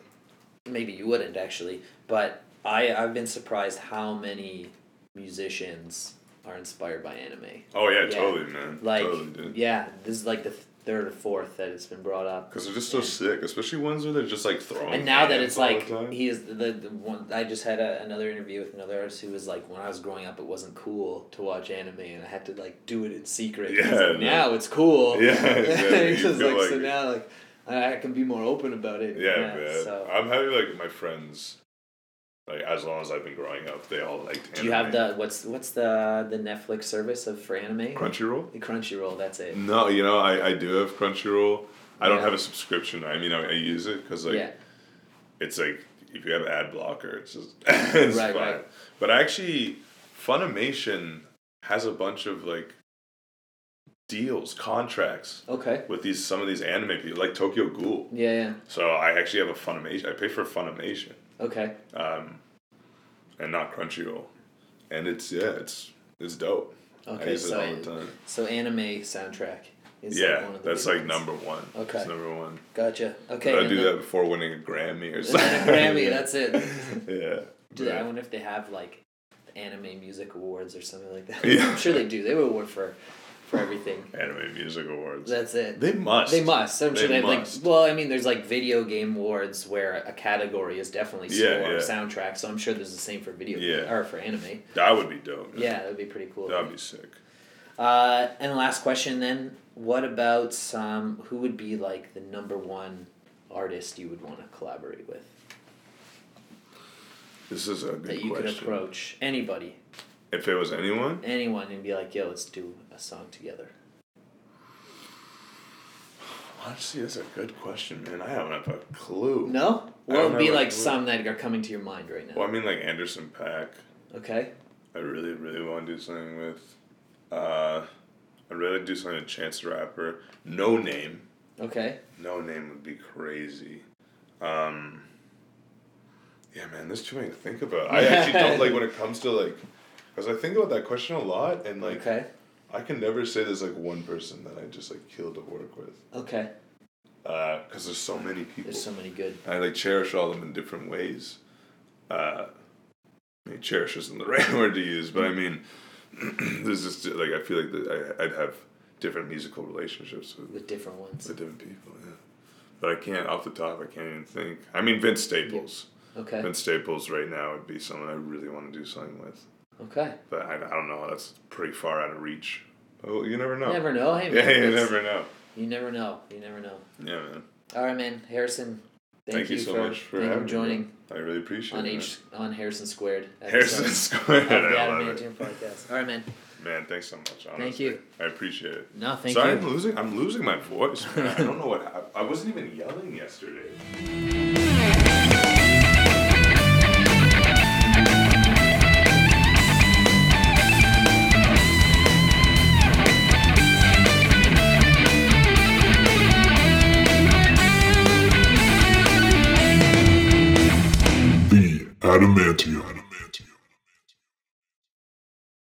Speaker 3: maybe you wouldn't actually, but I I've been surprised how many musicians are inspired by anime.
Speaker 4: Oh yeah,
Speaker 3: Yeah.
Speaker 4: totally, man.
Speaker 3: Like
Speaker 4: totally, dude.
Speaker 3: yeah, this is like the th- third or fourth that it's been brought up.
Speaker 4: Because they're just so sick, especially ones where they're just like throwing.
Speaker 3: And now that
Speaker 4: hands
Speaker 3: it's
Speaker 4: all the
Speaker 3: like
Speaker 4: time.
Speaker 3: he is the, the one. I just had a, another interview with another artist who was like, when I was growing up, it wasn't cool to watch anime, and I had to like do it in secret. He's
Speaker 4: Yeah,
Speaker 3: like,
Speaker 4: no.
Speaker 3: Now it's cool.
Speaker 4: Yeah, exactly.
Speaker 3: He's
Speaker 4: You feel
Speaker 3: like, so
Speaker 4: like-
Speaker 3: now like I I can be more open about it.
Speaker 4: Yeah, man.
Speaker 3: So.
Speaker 4: I'm happy like my friends, like as long as I've been growing up, they all liked.
Speaker 3: do you have
Speaker 4: anime.
Speaker 3: the what's what's the the Netflix service of for anime?
Speaker 4: Crunchyroll?
Speaker 3: The Crunchyroll. That's it.
Speaker 4: No, you know I, I do have Crunchyroll. I don't
Speaker 3: Yeah.
Speaker 4: have a subscription. I mean I, I use it because like
Speaker 3: yeah.
Speaker 4: it's like if you have ad blocker, it's just it's
Speaker 3: Right,
Speaker 4: fine.
Speaker 3: right.
Speaker 4: But actually, Funimation has a bunch of like deals, contracts
Speaker 3: Okay.
Speaker 4: with these some of these anime people, like Tokyo Ghoul.
Speaker 3: Yeah. Yeah.
Speaker 4: So I actually have a Funimation. I pay for Funimation,
Speaker 3: Okay.
Speaker 4: um, and not Crunchyroll, and it's yeah, it's it's dope. I
Speaker 3: Okay.
Speaker 4: use
Speaker 3: So,
Speaker 4: it all the time.
Speaker 3: so anime soundtrack is like,
Speaker 4: yeah,
Speaker 3: one of the
Speaker 4: that's
Speaker 3: big ones.
Speaker 4: like number one.
Speaker 3: Okay.
Speaker 4: it's number one.
Speaker 3: Gotcha. Okay.
Speaker 4: I
Speaker 3: and
Speaker 4: do
Speaker 3: then-
Speaker 4: that before winning a Grammy or
Speaker 3: and
Speaker 4: something.
Speaker 3: then a Grammy. That's it.
Speaker 4: yeah.
Speaker 3: Do
Speaker 4: but-
Speaker 3: I wonder if they have like anime music awards or something like that.
Speaker 4: Yeah.
Speaker 3: I'm sure they do. They would award for for everything.
Speaker 4: Anime Music Awards.
Speaker 3: That's it.
Speaker 4: they must.
Speaker 3: They must. I'm sure
Speaker 4: They
Speaker 3: they have like.
Speaker 4: must.
Speaker 3: Well, I mean, there's like video game awards where a category is definitely score
Speaker 4: Yeah,
Speaker 3: or
Speaker 4: yeah.
Speaker 3: soundtrack. So I'm sure there's the same for video
Speaker 4: Yeah.
Speaker 3: or for anime.
Speaker 4: That would be dope.
Speaker 3: Yeah, that'd be pretty cool.
Speaker 4: That would be sick.
Speaker 3: Uh, and last question then. What about um, who would be like the number one artist you would want to collaborate with
Speaker 4: This is a good
Speaker 3: that you
Speaker 4: question.
Speaker 3: could approach anybody,
Speaker 4: If it was anyone,
Speaker 3: anyone, and be like, "Yo, let's do a song together."
Speaker 4: honestly, that's a good question, man. I haven't have a clue.
Speaker 3: No?
Speaker 4: I
Speaker 3: What
Speaker 4: don't
Speaker 3: would be
Speaker 4: know,
Speaker 3: like
Speaker 4: like,
Speaker 3: some that are coming to your mind right now?
Speaker 4: Well, I mean, like Anderson Pack,
Speaker 3: Okay.
Speaker 4: I really, really want to do something with. Uh, I'd really do something with Chance the Rapper. No name.
Speaker 3: Okay.
Speaker 4: No name would be crazy. Um, yeah, man, there's too many to think about. I actually don't like when it comes to like, because I think about that question a lot, and like,
Speaker 3: Okay.
Speaker 4: I can never say there's like one person that I just like kill to work with,
Speaker 3: Okay.
Speaker 4: because there's so many people.
Speaker 3: There's so many good.
Speaker 4: I like cherish all of them in different ways. Uh, I mean, cherish isn't the right word to use, but I mean, there's just like I feel like that I, I'd have different musical relationships with,
Speaker 3: With different ones.
Speaker 4: with different people. Yeah, but I can't off the top. I can't even think. I mean, Vince Staples.
Speaker 3: Okay.
Speaker 4: Vince Staples right now would be someone I really want to do something with,
Speaker 3: Okay.
Speaker 4: but I, I don't know. That's pretty far out of reach. Oh, you never know.
Speaker 3: Never know. Hey, man.
Speaker 4: Yeah, you
Speaker 3: that's-
Speaker 4: never know.
Speaker 3: You never know. You never know.
Speaker 4: Yeah, man.
Speaker 3: All right, man. Harrison, thank,
Speaker 4: Thank, you, so
Speaker 3: for,
Speaker 4: much for
Speaker 3: thank you for
Speaker 4: having me,
Speaker 3: joining
Speaker 4: bro. I really appreciate
Speaker 3: on
Speaker 4: it.
Speaker 3: H on Harrison Squared.
Speaker 4: man.
Speaker 3: episode
Speaker 4: Harrison Square.
Speaker 3: of the
Speaker 4: I
Speaker 3: Adam
Speaker 4: love it.
Speaker 3: Mantian podcast. All right, man.
Speaker 4: Man, thanks so much. Honestly.
Speaker 3: you.
Speaker 4: I appreciate it.
Speaker 3: No, thank
Speaker 4: Sorry,
Speaker 3: you.
Speaker 4: I'm losing. I'm losing my voice. Man. I don't know what happened. I wasn't even yelling yesterday.
Speaker 5: The Adamantium.